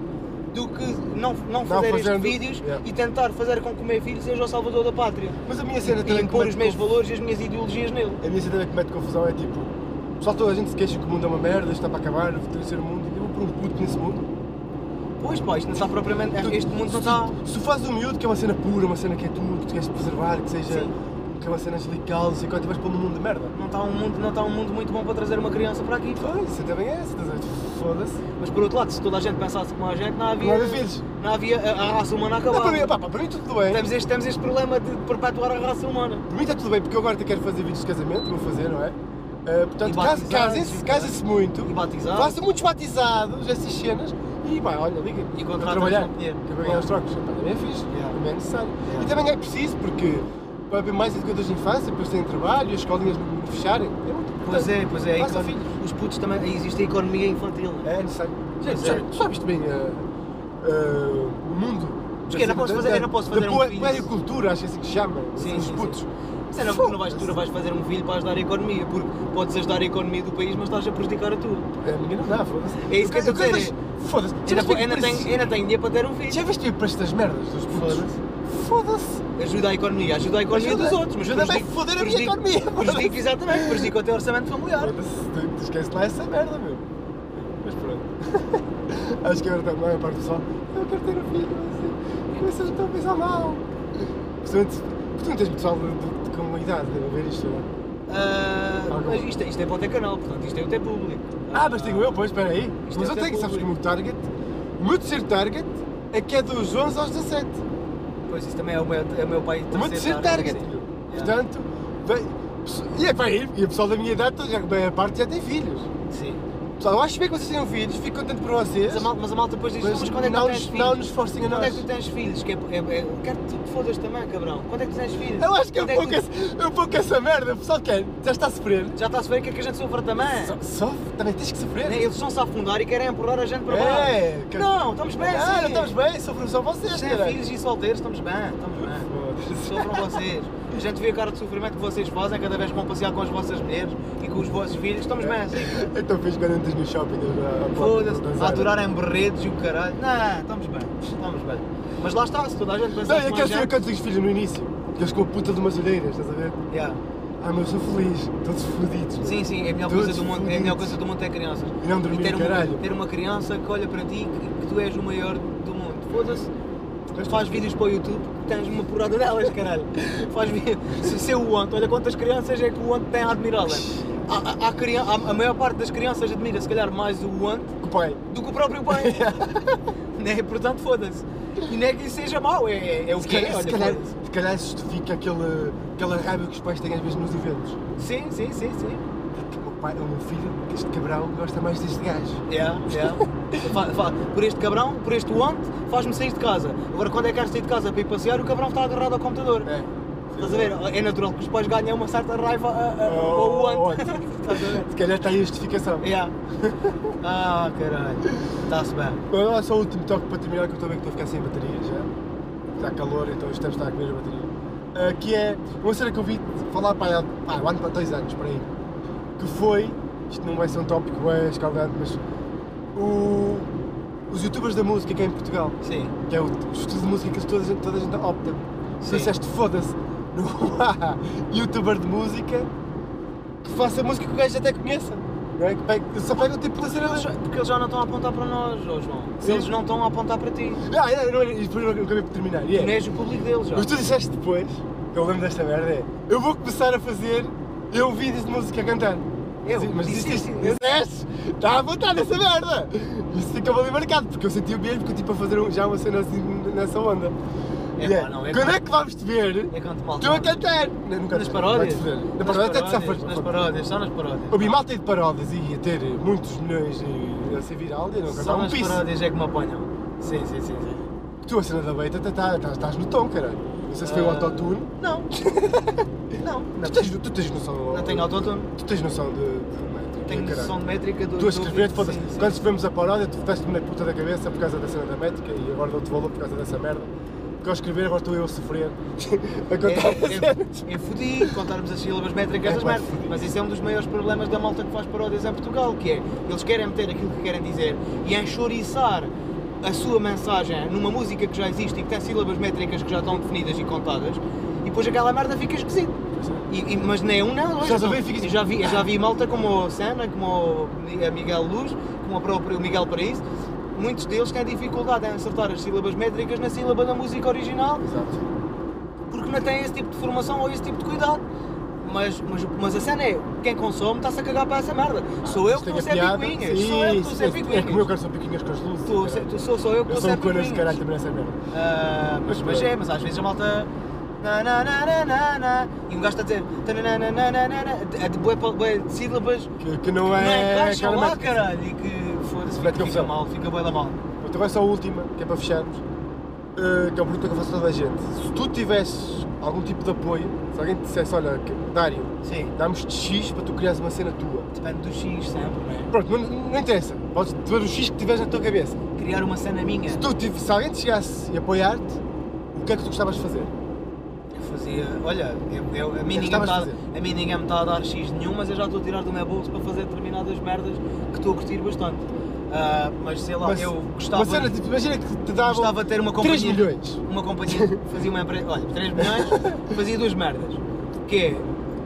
Speaker 2: do que não, não fazer estes
Speaker 1: fazendo,
Speaker 2: vídeos
Speaker 1: yeah.
Speaker 2: e tentar fazer com que o meu filho seja o salvador da pátria.
Speaker 1: Mas a minha cena
Speaker 2: E
Speaker 1: também. é que
Speaker 2: impor
Speaker 1: mete
Speaker 2: os meus
Speaker 1: conf-
Speaker 2: valores e as minhas ideologias nele.
Speaker 1: A minha cena também que mete confusão é tipo. Só toda a gente se queixa que o mundo é uma merda, isto está para acabar, o terceiro mundo, e eu vou pôr um puto nesse mundo.
Speaker 2: Pois, pá, isto não está propriamente. é, Este mundo não está.
Speaker 1: Então, Se tu fazes um miúdo que é uma cena pura, uma cena que é tudo, que tu queres preservar, que seja.
Speaker 2: Sim.
Speaker 1: que é uma cena angelical, não sei quanto, e vais pôr num mundo de merda.
Speaker 2: Não está um mundo, não está um mundo muito bom para trazer uma criança para aqui.
Speaker 1: Pois, isso também é, estás a ver? Foda-se.
Speaker 2: Mas por outro lado, se toda a gente pensasse como a gente, não havia.
Speaker 1: Não havia filhos.
Speaker 2: Não havia. A, a raça humana
Speaker 1: Não, para,
Speaker 2: acabava.
Speaker 1: mim, pá, pá, para mim tudo bem.
Speaker 2: Temos este, temos este problema de perpetuar a raça humana.
Speaker 1: Para mim está tudo bem, porque eu agora até quero fazer vídeos de casamento, vou fazer, não é? Ah,
Speaker 2: E
Speaker 1: portanto,
Speaker 2: batizados,
Speaker 1: cas-
Speaker 2: e
Speaker 1: casem-se
Speaker 2: tudo
Speaker 1: casem-se muito,
Speaker 2: E batizar.
Speaker 1: façam muitos batizados, essas cenas, e pá, olha, liga.
Speaker 2: E
Speaker 1: para
Speaker 2: contratam-nos
Speaker 1: trabalhar,
Speaker 2: com dinheiro.
Speaker 1: que é para ganhar os trocos. Pá, também é fixe,
Speaker 2: Yeah.
Speaker 1: também é necessário.
Speaker 2: Yeah.
Speaker 1: E também é preciso, porque vai haver mais educadores de infância, depois têm trabalho, e as escolinhas não fecharem. É muito importante.
Speaker 2: Pois é, pois é. a
Speaker 1: Façam
Speaker 2: econ-
Speaker 1: filhos.
Speaker 2: Os putos também. aí Existe a economia infantil. né?
Speaker 1: É necessário. Gente,
Speaker 2: Pois é.
Speaker 1: já, tu já viste bem ah, ah, o mundo? assim,
Speaker 2: Mas que eu não posso fazer- eu não posso fazer
Speaker 1: da
Speaker 2: um
Speaker 1: poe-
Speaker 2: vídeo.
Speaker 1: poericultura, acho que é assim que se chama,
Speaker 2: Sim,
Speaker 1: os
Speaker 2: sim,
Speaker 1: putos.
Speaker 2: sim. Mas não, é tu, não vais, tu não vais fazer um filho para ajudar a economia, porque podes ajudar a economia do país, mas estás a prejudicar a tua.
Speaker 1: É, ninguém não dá, foda-se.
Speaker 2: É isso que eu
Speaker 1: Eu
Speaker 2: estou a
Speaker 1: quero-
Speaker 2: dizer,
Speaker 1: mas- Foda-se. Já
Speaker 2: Ainda,
Speaker 1: viste
Speaker 2: po-
Speaker 1: bem
Speaker 2: ainda,
Speaker 1: que preço-
Speaker 2: tenho, ainda tenho dinheiro para ter um filho.
Speaker 1: Já viste bem para estas merdas dos putos?
Speaker 2: Foda-se.
Speaker 1: Foda-se.
Speaker 2: Ajuda a economia, ajuda a economia
Speaker 1: Ajuda-
Speaker 2: dos outros. Mas
Speaker 1: ajuda bem
Speaker 2: prejudica-
Speaker 1: a foder a minha
Speaker 2: prejudica-
Speaker 1: economia,
Speaker 2: [laughs]
Speaker 1: foda-se.
Speaker 2: Prejudica, exatamente, prejudica o teu orçamento familiar.
Speaker 1: Foda-se. tu- Esquece lá essa merda, meu. Mas pronto. [laughs] Acho que agora está a maior parte do pessoal. Eu quero ter um filho, mas mas vocês não estão a pensar mal. Principalmente, porque tu não tens pessoal de, de, de, com uma idade a ver isto, não é?
Speaker 2: Ah,
Speaker 1: Algum.
Speaker 2: mas isto, é- isto é para o teu canal, portanto, isto é o teu público.
Speaker 1: Ah, mas tenho eu, pois, espera aí.
Speaker 2: Isto
Speaker 1: Mas eu
Speaker 2: é até
Speaker 1: tenho, sabes que o
Speaker 2: público.
Speaker 1: meu target, o meu terceiro target é que é dos 11 aos 17.
Speaker 2: Pois isso também é o meu, é o meu pai
Speaker 1: O meu terceiro target. Portanto, vem- e, é, pá, e e o pessoal da minha idade, já, a maior parte já tem filhos.
Speaker 2: Sim.
Speaker 1: Pessoal, eu acho bem que vocês tenham filhos, fico contente por vocês.
Speaker 2: Mas a, mal- mas a malta depois diz,
Speaker 1: Mas
Speaker 2: mas, quando é que
Speaker 1: não
Speaker 2: tu tens
Speaker 1: nos-
Speaker 2: filhos?
Speaker 1: não nos forcem a
Speaker 2: Quando é
Speaker 1: nós.
Speaker 2: que tu tens filhos? Que é, é, é, quero que tu te fodas também, cabrão. Quando é que tu tens filhos?
Speaker 1: Eu acho que é um
Speaker 2: Quando
Speaker 1: pouco,
Speaker 2: tu-
Speaker 1: esse- é um pouco essa merda. O pessoal quer, já está a sofrer.
Speaker 2: Já está a se ver que é que a gente sofre também.
Speaker 1: So- Sofre, também tens que
Speaker 2: Né?
Speaker 1: sofrer.
Speaker 2: Eles estão-se a afundar e querem empurrar a gente para baixo.
Speaker 1: É, que-
Speaker 2: Não, estamos bem
Speaker 1: Ah,
Speaker 2: assim.
Speaker 1: não
Speaker 2: é
Speaker 1: estamos bem, sofrem só vocês,
Speaker 2: Sem
Speaker 1: cara.
Speaker 2: filhos e solteiros, estamos bem, estamos bem. Sofram vocês. A gente vê a cara de sofrimento que vocês fazem cada vez que vão passear com as vossas mulheres e com os vossos filhos, estamos bem assim.
Speaker 1: [laughs] Então fiz quando andas no shopping. eles lá- lá-
Speaker 2: Foda-se,
Speaker 1: lá-
Speaker 2: a aturarem berredos e o caralho. Não, estamos bem, estamos bem. Mas lá está, se toda a gente pensa
Speaker 1: Não,
Speaker 2: como
Speaker 1: eu
Speaker 2: a
Speaker 1: quero saber
Speaker 2: gente-
Speaker 1: quantos dos filhos no início. Eles com a puta de umas orelhas, estás a ver?
Speaker 2: Yeah.
Speaker 1: Ah, mas eu sou feliz, todos fodidos. meu.
Speaker 2: Sim, sim, é a melhor,
Speaker 1: Todos
Speaker 2: coisa do mundo, é a melhor coisa do mundo é crianças.
Speaker 1: E não dormir,
Speaker 2: e ter,
Speaker 1: caralho.
Speaker 2: uma, ter uma criança que olha para ti que, que tu és o maior do mundo. Foda-se.
Speaker 1: Mas
Speaker 2: Faz vídeos para o YouTube que tens uma porrada delas, caralho. Faz vídeo. [laughs] Se, se o Ant, olha quantas crianças é que o Ant tem a admirá-la. Há- há- há crian- há- a maior parte das crianças admira, se calhar, mais o Ant
Speaker 1: O pai.
Speaker 2: do que o próprio pai.
Speaker 1: [laughs]
Speaker 2: né? Portanto, foda-se. E não é que isso seja mau, é, é, é o
Speaker 1: Se
Speaker 2: que é.
Speaker 1: calhar,
Speaker 2: Olha,
Speaker 1: se calhar,
Speaker 2: foda-se.
Speaker 1: se calhar justifica aquele, aquela raiva que os pais têm às vezes nos eventos.
Speaker 2: Sim, sim, sim, sim.
Speaker 1: Porque o pai, o meu é um filho, que este cabral gosta mais deste gajo.
Speaker 2: Yeah, yeah. É, Fa- fa- por este cabrão, por este want, faz-me sair de casa. Agora, quando é que quero sair de casa para ir passear, o cabrão está agarrado ao computador.
Speaker 1: É,
Speaker 2: Estás a ver? É natural que os pais ganhem uma certa raiva a- a-
Speaker 1: Oh,
Speaker 2: ao want.
Speaker 1: ótimo.
Speaker 2: [laughs] Estás a ver?
Speaker 1: Se calhar está aí a justificação. [laughs]
Speaker 2: Yeah. Ah, caralho. Está-se bem.
Speaker 1: Bom, olha só o último toque para terminar, que eu também estou a ficar sem bateria já. Está calor, então hoje estamos a comer a bateria. Ah, que é uma cena que eu vi falar para há pá, um ano para dois anos, por aí. Que foi, isto não vai ser um tópico bem escaldante, mas o- os youtubers da música que é em Portugal,
Speaker 2: Sim.
Speaker 1: que é o, o estudo de música que toda a gente, toda a gente opta. Tu
Speaker 2: Sim.
Speaker 1: disseste, foda-se, [laughs] não há youtuber de música que faça música que o gajo até conheça. Não é? Que pegue- só pega o tipo da cena
Speaker 2: Eles
Speaker 1: dele.
Speaker 2: já- Porque eles já não estão a apontar para nós, ó João.
Speaker 1: Sim.
Speaker 2: Eles não estão a apontar para ti.
Speaker 1: Ah, não, não, isto foi o que eu acabei de terminar. e
Speaker 2: Tu não
Speaker 1: é.
Speaker 2: és o público deles, já.
Speaker 1: Mas tu disseste depois, eu lembro desta merda, é. Eu vou começar a fazer eu vídeos de música a cantar.
Speaker 2: Eu?
Speaker 1: Mas disseste
Speaker 2: Disse
Speaker 1: isto,
Speaker 2: isso?
Speaker 1: disseste! Está à vontade essa merda! Isso ficava ali marcado, porque eu senti o mesmo que eu tipo a fazer um- já uma cena assim nessa onda.
Speaker 2: É
Speaker 1: E
Speaker 2: pá, não, é
Speaker 1: Quando
Speaker 2: pá.
Speaker 1: é que vamos te ver?
Speaker 2: É canto mal.
Speaker 1: Estou a cantar! Não, nunca
Speaker 2: Nas
Speaker 1: te-
Speaker 2: paródias?
Speaker 1: vai-te foder. Na
Speaker 2: Nas
Speaker 1: paródia até te
Speaker 2: paródias,
Speaker 1: safas.
Speaker 2: Nas paródias, só nas paródias.
Speaker 1: Eu vi malta de paródias e ia ter eh, muitos milhões e a ser viral e não
Speaker 2: Só
Speaker 1: cantava um
Speaker 2: nas
Speaker 1: piso.
Speaker 2: paródias é que me apanham. Sim, sim, sim. sim.
Speaker 1: Tu, a cena da beita, tá- tá- tá- estás no tom, caralho. Não sei se foi o
Speaker 2: Ah.
Speaker 1: autotune. [laughs]
Speaker 2: Não. não.
Speaker 1: Tu tens, tu tens noção.
Speaker 2: Não tenho autotune.
Speaker 1: Tu tens noção de. de métrica,
Speaker 2: Tenho
Speaker 1: caralho.
Speaker 2: noção de métrica do.
Speaker 1: Tu a
Speaker 2: do-
Speaker 1: escrever, foda-se.
Speaker 2: Sim, sim.
Speaker 1: Quando escrevemos a paródia, tu fizeste-me na puta da cabeça por causa da cena da métrica e agora dou-te valor por causa dessa merda. Porque ao escrever, agora estou eu a sofrer. [laughs] a contar.
Speaker 2: É, é, é fodi contarmos as sílabas métricas
Speaker 1: É
Speaker 2: das
Speaker 1: pá,
Speaker 2: merdas.
Speaker 1: fodido.
Speaker 2: Mas esse é um dos maiores problemas da malta que faz paródias em Portugal, que é eles querem meter aquilo que querem dizer e enxouriçar a sua mensagem numa música que já existe e que tem sílabas métricas que já estão definidas e contadas e depois aquela merda fica esquisita. E- e- mas nem um, não. dois,
Speaker 1: Já
Speaker 2: não.
Speaker 1: também fica-
Speaker 2: Eu já vi, eu já vi malta como o Senna, como o a Miguel Luz, como o próprio Miguel Paraíso. Muitos deles têm dificuldade em acertar as sílabas métricas na sílaba da música original
Speaker 1: Exato.
Speaker 2: porque não têm esse tipo de formação ou esse tipo de cuidado. Mas, mas, mas a cena é, quem consome está-se a cagar para essa merda. Sou eu
Speaker 1: Isto
Speaker 2: que estou
Speaker 1: tem
Speaker 2: a
Speaker 1: a piada.
Speaker 2: ser picuinhas.
Speaker 1: Sim,
Speaker 2: Sou eu que estou a ser
Speaker 1: sim, É como eu
Speaker 2: picuinhas.
Speaker 1: quero são piquinhas com as luzes.
Speaker 2: Estou a ser-
Speaker 1: caralho.
Speaker 2: Sou, sou eu que
Speaker 1: Eu
Speaker 2: estou a
Speaker 1: sou
Speaker 2: ser
Speaker 1: um conas de
Speaker 2: picuinhas.
Speaker 1: caralho também nessa merda.
Speaker 2: Ah, mas, mas é, mas às vezes a malta. Na, na, na, na, na, na, e um gajo está a dizer. tanana, na, na, na, na, na, É de bué pa- bué de sílabas
Speaker 1: Que, que não
Speaker 2: não
Speaker 1: é.
Speaker 2: encaixam lá,
Speaker 1: métrica.
Speaker 2: caralho. E que foda-se,
Speaker 1: Mete
Speaker 2: fica, fica
Speaker 1: confusão.
Speaker 2: mal, fica bué da mal.
Speaker 1: Então vai só a última, que é para fecharmos, eh, que é uma pergunta que eu faço a toda a gente. Se tu tivesses algum tipo de apoio, se alguém te dissesse, olha, que- Dário,
Speaker 2: Sim,
Speaker 1: damos-te X para tu criares uma cena tua.
Speaker 2: depende do X sempre, não é?
Speaker 1: Pronto, não, não interessa, podes ver o X que tiveres na tua cabeça.
Speaker 2: Criar uma cena minha.
Speaker 1: Se, tu, tiv- se alguém te chegasse e apoiar-te, o que é que tu gostavas de fazer?
Speaker 2: Eu fazia, olha, eu, eu- a, mim
Speaker 1: que
Speaker 2: ninguém
Speaker 1: estavas
Speaker 2: tá-
Speaker 1: a fazer?
Speaker 2: a mim ninguém me está a dar X nenhum, mas eu já estou a tirar do meu bolso para fazer determinadas merdas que estou a curtir bastante. Ah, mas sei lá,
Speaker 1: Mas-
Speaker 2: eu gostava,
Speaker 1: Uma cena, tipo, imagina que te davam
Speaker 2: gostava de ter uma
Speaker 1: 3
Speaker 2: companhia.
Speaker 1: milhões.
Speaker 2: Uma companhia, [laughs] fazia uma empresa, olha, 3 milhões, fazia duas merdas. Que é,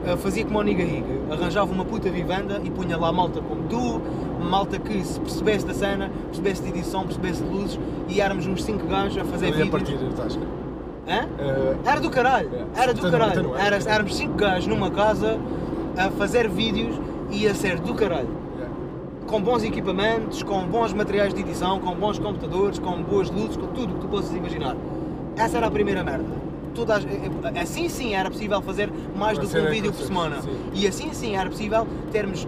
Speaker 2: ah, fazia como o Niga Riga, arranjava uma puta vivanda e punha lá malta como tu, malta que se percebesse da cena, percebesse de edição, percebesse de luzes e éramos uns 5 gajos a fazer
Speaker 1: Eu ia
Speaker 2: vídeos.
Speaker 1: partir, estás
Speaker 2: Hã?
Speaker 1: Eh,
Speaker 2: Era do caralho,
Speaker 1: É.
Speaker 2: era do
Speaker 1: Então não- então
Speaker 2: caralho.
Speaker 1: não era.
Speaker 2: Era, éramos cinco gajos numa casa a fazer vídeos e a ser do caralho. com bons equipamentos, com bons materiais de edição, com bons computadores, com boas luzes, com tudo o que tu possas imaginar. Essa era a primeira merda. Todas, assim sim era possível fazer mais
Speaker 1: Uma
Speaker 2: do que
Speaker 1: cena
Speaker 2: um
Speaker 1: em
Speaker 2: vídeo por
Speaker 1: conceito,
Speaker 2: semana.
Speaker 1: sim.
Speaker 2: E assim sim era possível termos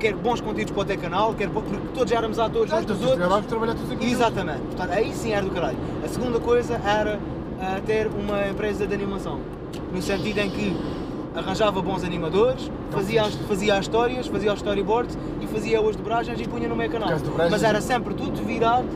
Speaker 2: quer bons conteúdos para o teu canal, quer bo- porque todos já éramos atores uns dos
Speaker 1: Portanto,
Speaker 2: outros.
Speaker 1: Vamos trabalhar todos aqui.
Speaker 2: Exatamente, portanto, aí sim era do caralho. A segunda coisa era ah, ter uma empresa de animação, no sentido em que arranjava bons animadores, fazia as, fazia as histórias, fazia os storyboards e fazia as dobragens e punha no meu canal.
Speaker 1: Porque as dobragens-
Speaker 2: Mas era sempre tudo virado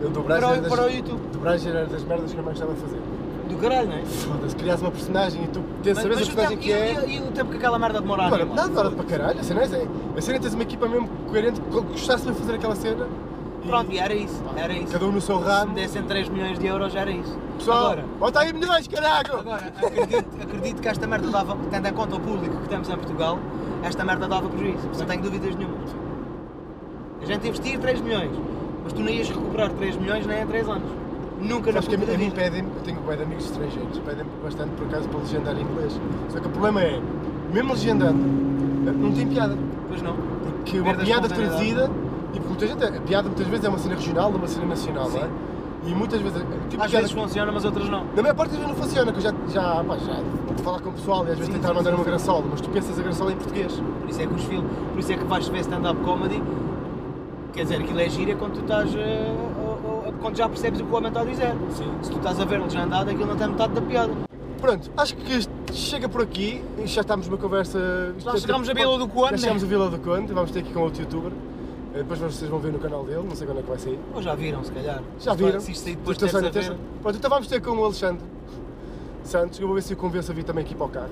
Speaker 1: Eu dobragem
Speaker 2: para,
Speaker 1: era
Speaker 2: o- para o
Speaker 1: das-
Speaker 2: YouTube.
Speaker 1: dobragem era das merdas que eu mais gostava de fazer.
Speaker 2: Do caralho, não é?
Speaker 1: Foda-se, crias uma personagem e tu tens
Speaker 2: Mas-
Speaker 1: sabes a
Speaker 2: mas o
Speaker 1: personagem
Speaker 2: tempo-
Speaker 1: que
Speaker 2: e,
Speaker 1: é.
Speaker 2: e- e o tempo que aquela merda demorava.
Speaker 1: Mano, dá hora para caralho, a cena é essa, é. A cena é teres uma equipa mesmo coerente que gostasse de fazer aquela cena. e
Speaker 2: Pronto, e era isso, era isso.
Speaker 1: Cada um no seu
Speaker 2: Se me
Speaker 1: ramo.
Speaker 2: dessem 3 milhões de euros, era isso.
Speaker 1: Pessoal,
Speaker 2: Agora,
Speaker 1: bota aí milhões, caralho!
Speaker 2: Agora, acredito, acredito que esta merda dava, tendo em conta o público que temos em Portugal, esta merda dava prejuízo, não tenho dúvidas nenhumas. A gente investia 3 milhões, mas tu não ias recuperar 3 milhões nem em 3 anos. Nunca na
Speaker 1: Sabes que é a mim,
Speaker 2: puta da
Speaker 1: a mim
Speaker 2: vida.
Speaker 1: pedem, eu tenho bué de amigos estrangeiros, pedem bastante por acaso para legendar em inglês. Só que o problema é, mesmo legendando, eh, não tem piada.
Speaker 2: Pois não.
Speaker 1: Porque uma
Speaker 2: Perdas de
Speaker 1: piada
Speaker 2: espontaneidade.
Speaker 1: traduzida, e muita gente, a piada muitas vezes é uma cena regional, uma cena nacional,
Speaker 2: Sim.
Speaker 1: não é? E muitas vezes, tipo,
Speaker 2: Às
Speaker 1: piada-
Speaker 2: vezes funciona, mas outras não.
Speaker 1: Na maior parte das vezes não funciona, que eu já, já, pá, já de falar com o pessoal e às vezes
Speaker 2: Sim,
Speaker 1: tentar
Speaker 2: sim,
Speaker 1: mandar
Speaker 2: sim,
Speaker 1: uma
Speaker 2: sim.
Speaker 1: graçola, mas tu pensas a graçola em português.
Speaker 2: Por isso é que os filmes, por isso é que vais ver stand-up comedy. Quer dizer, aquilo é gíria quando tu estás. eh, ou- ou- quando já percebes o que o homem está a dizer.
Speaker 1: Sim.
Speaker 2: Se tu estás a ver legendado, aquilo não tem metade da piada.
Speaker 1: Pronto, acho que este- chega por aqui, e já estamos numa conversa... é tipo,
Speaker 2: Já chegámos a Vila do Conde,
Speaker 1: Já chegámos a
Speaker 2: né?
Speaker 1: Vila do Conde, vamos ter aqui com outro youtuber. Eh, Depois vocês vão ver no canal dele, não sei quando é que vai sair.
Speaker 2: Ou já viram, se calhar.
Speaker 1: Já viram?
Speaker 2: Se isto sair depois de
Speaker 1: Terça-
Speaker 2: terça-feira.
Speaker 1: terça- Pronto, então vamos ter com o Alexandre Santos, eu vou ver se eu convenço a vir também aqui para o carro.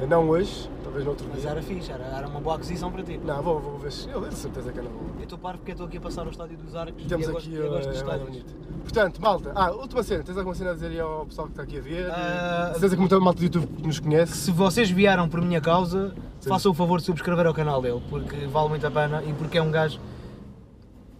Speaker 1: Eh, Não hoje, talvez no outro
Speaker 2: Mas
Speaker 1: dia.
Speaker 2: era fixe, era, era uma boa aquisição para ti.
Speaker 1: Não, vou, vou ver se... Eu tenho certeza que eu não vou.
Speaker 2: Eu estou parvo porque estou aqui a passar o estádio dos Arcos e
Speaker 1: Temos
Speaker 2: eu gosto,
Speaker 1: aqui
Speaker 2: eu
Speaker 1: eh,
Speaker 2: gosto dos
Speaker 1: bem
Speaker 2: estádios.
Speaker 1: bonito. Portanto, malta, ah, última cena, tens alguma cena a dizer aí ao pessoal que está aqui a ver?
Speaker 2: Ah,
Speaker 1: Certeza que muita malta do YouTube que nos conhece.
Speaker 2: Se vocês vieram por minha causa,
Speaker 1: Sim.
Speaker 2: façam o favor de subscrever ao canal dele, porque vale muito a pena e porque é um gajo.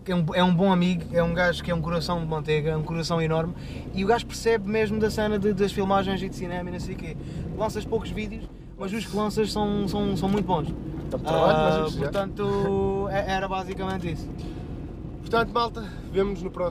Speaker 2: que É um, é um bom amigo, é um gajo que é um coração de manteiga, é um coração enorme e o gajo percebe mesmo da cena de- das filmagens e de cinema e não sei o quê. Lanças poucos vídeos, mas os que lanças são, são, são muito bons.
Speaker 1: Tanto trabalho, mas vamos
Speaker 2: Ah,
Speaker 1: já.
Speaker 2: portanto, é- era basicamente isso.
Speaker 1: Portanto, malta, vemo-nos no próximo.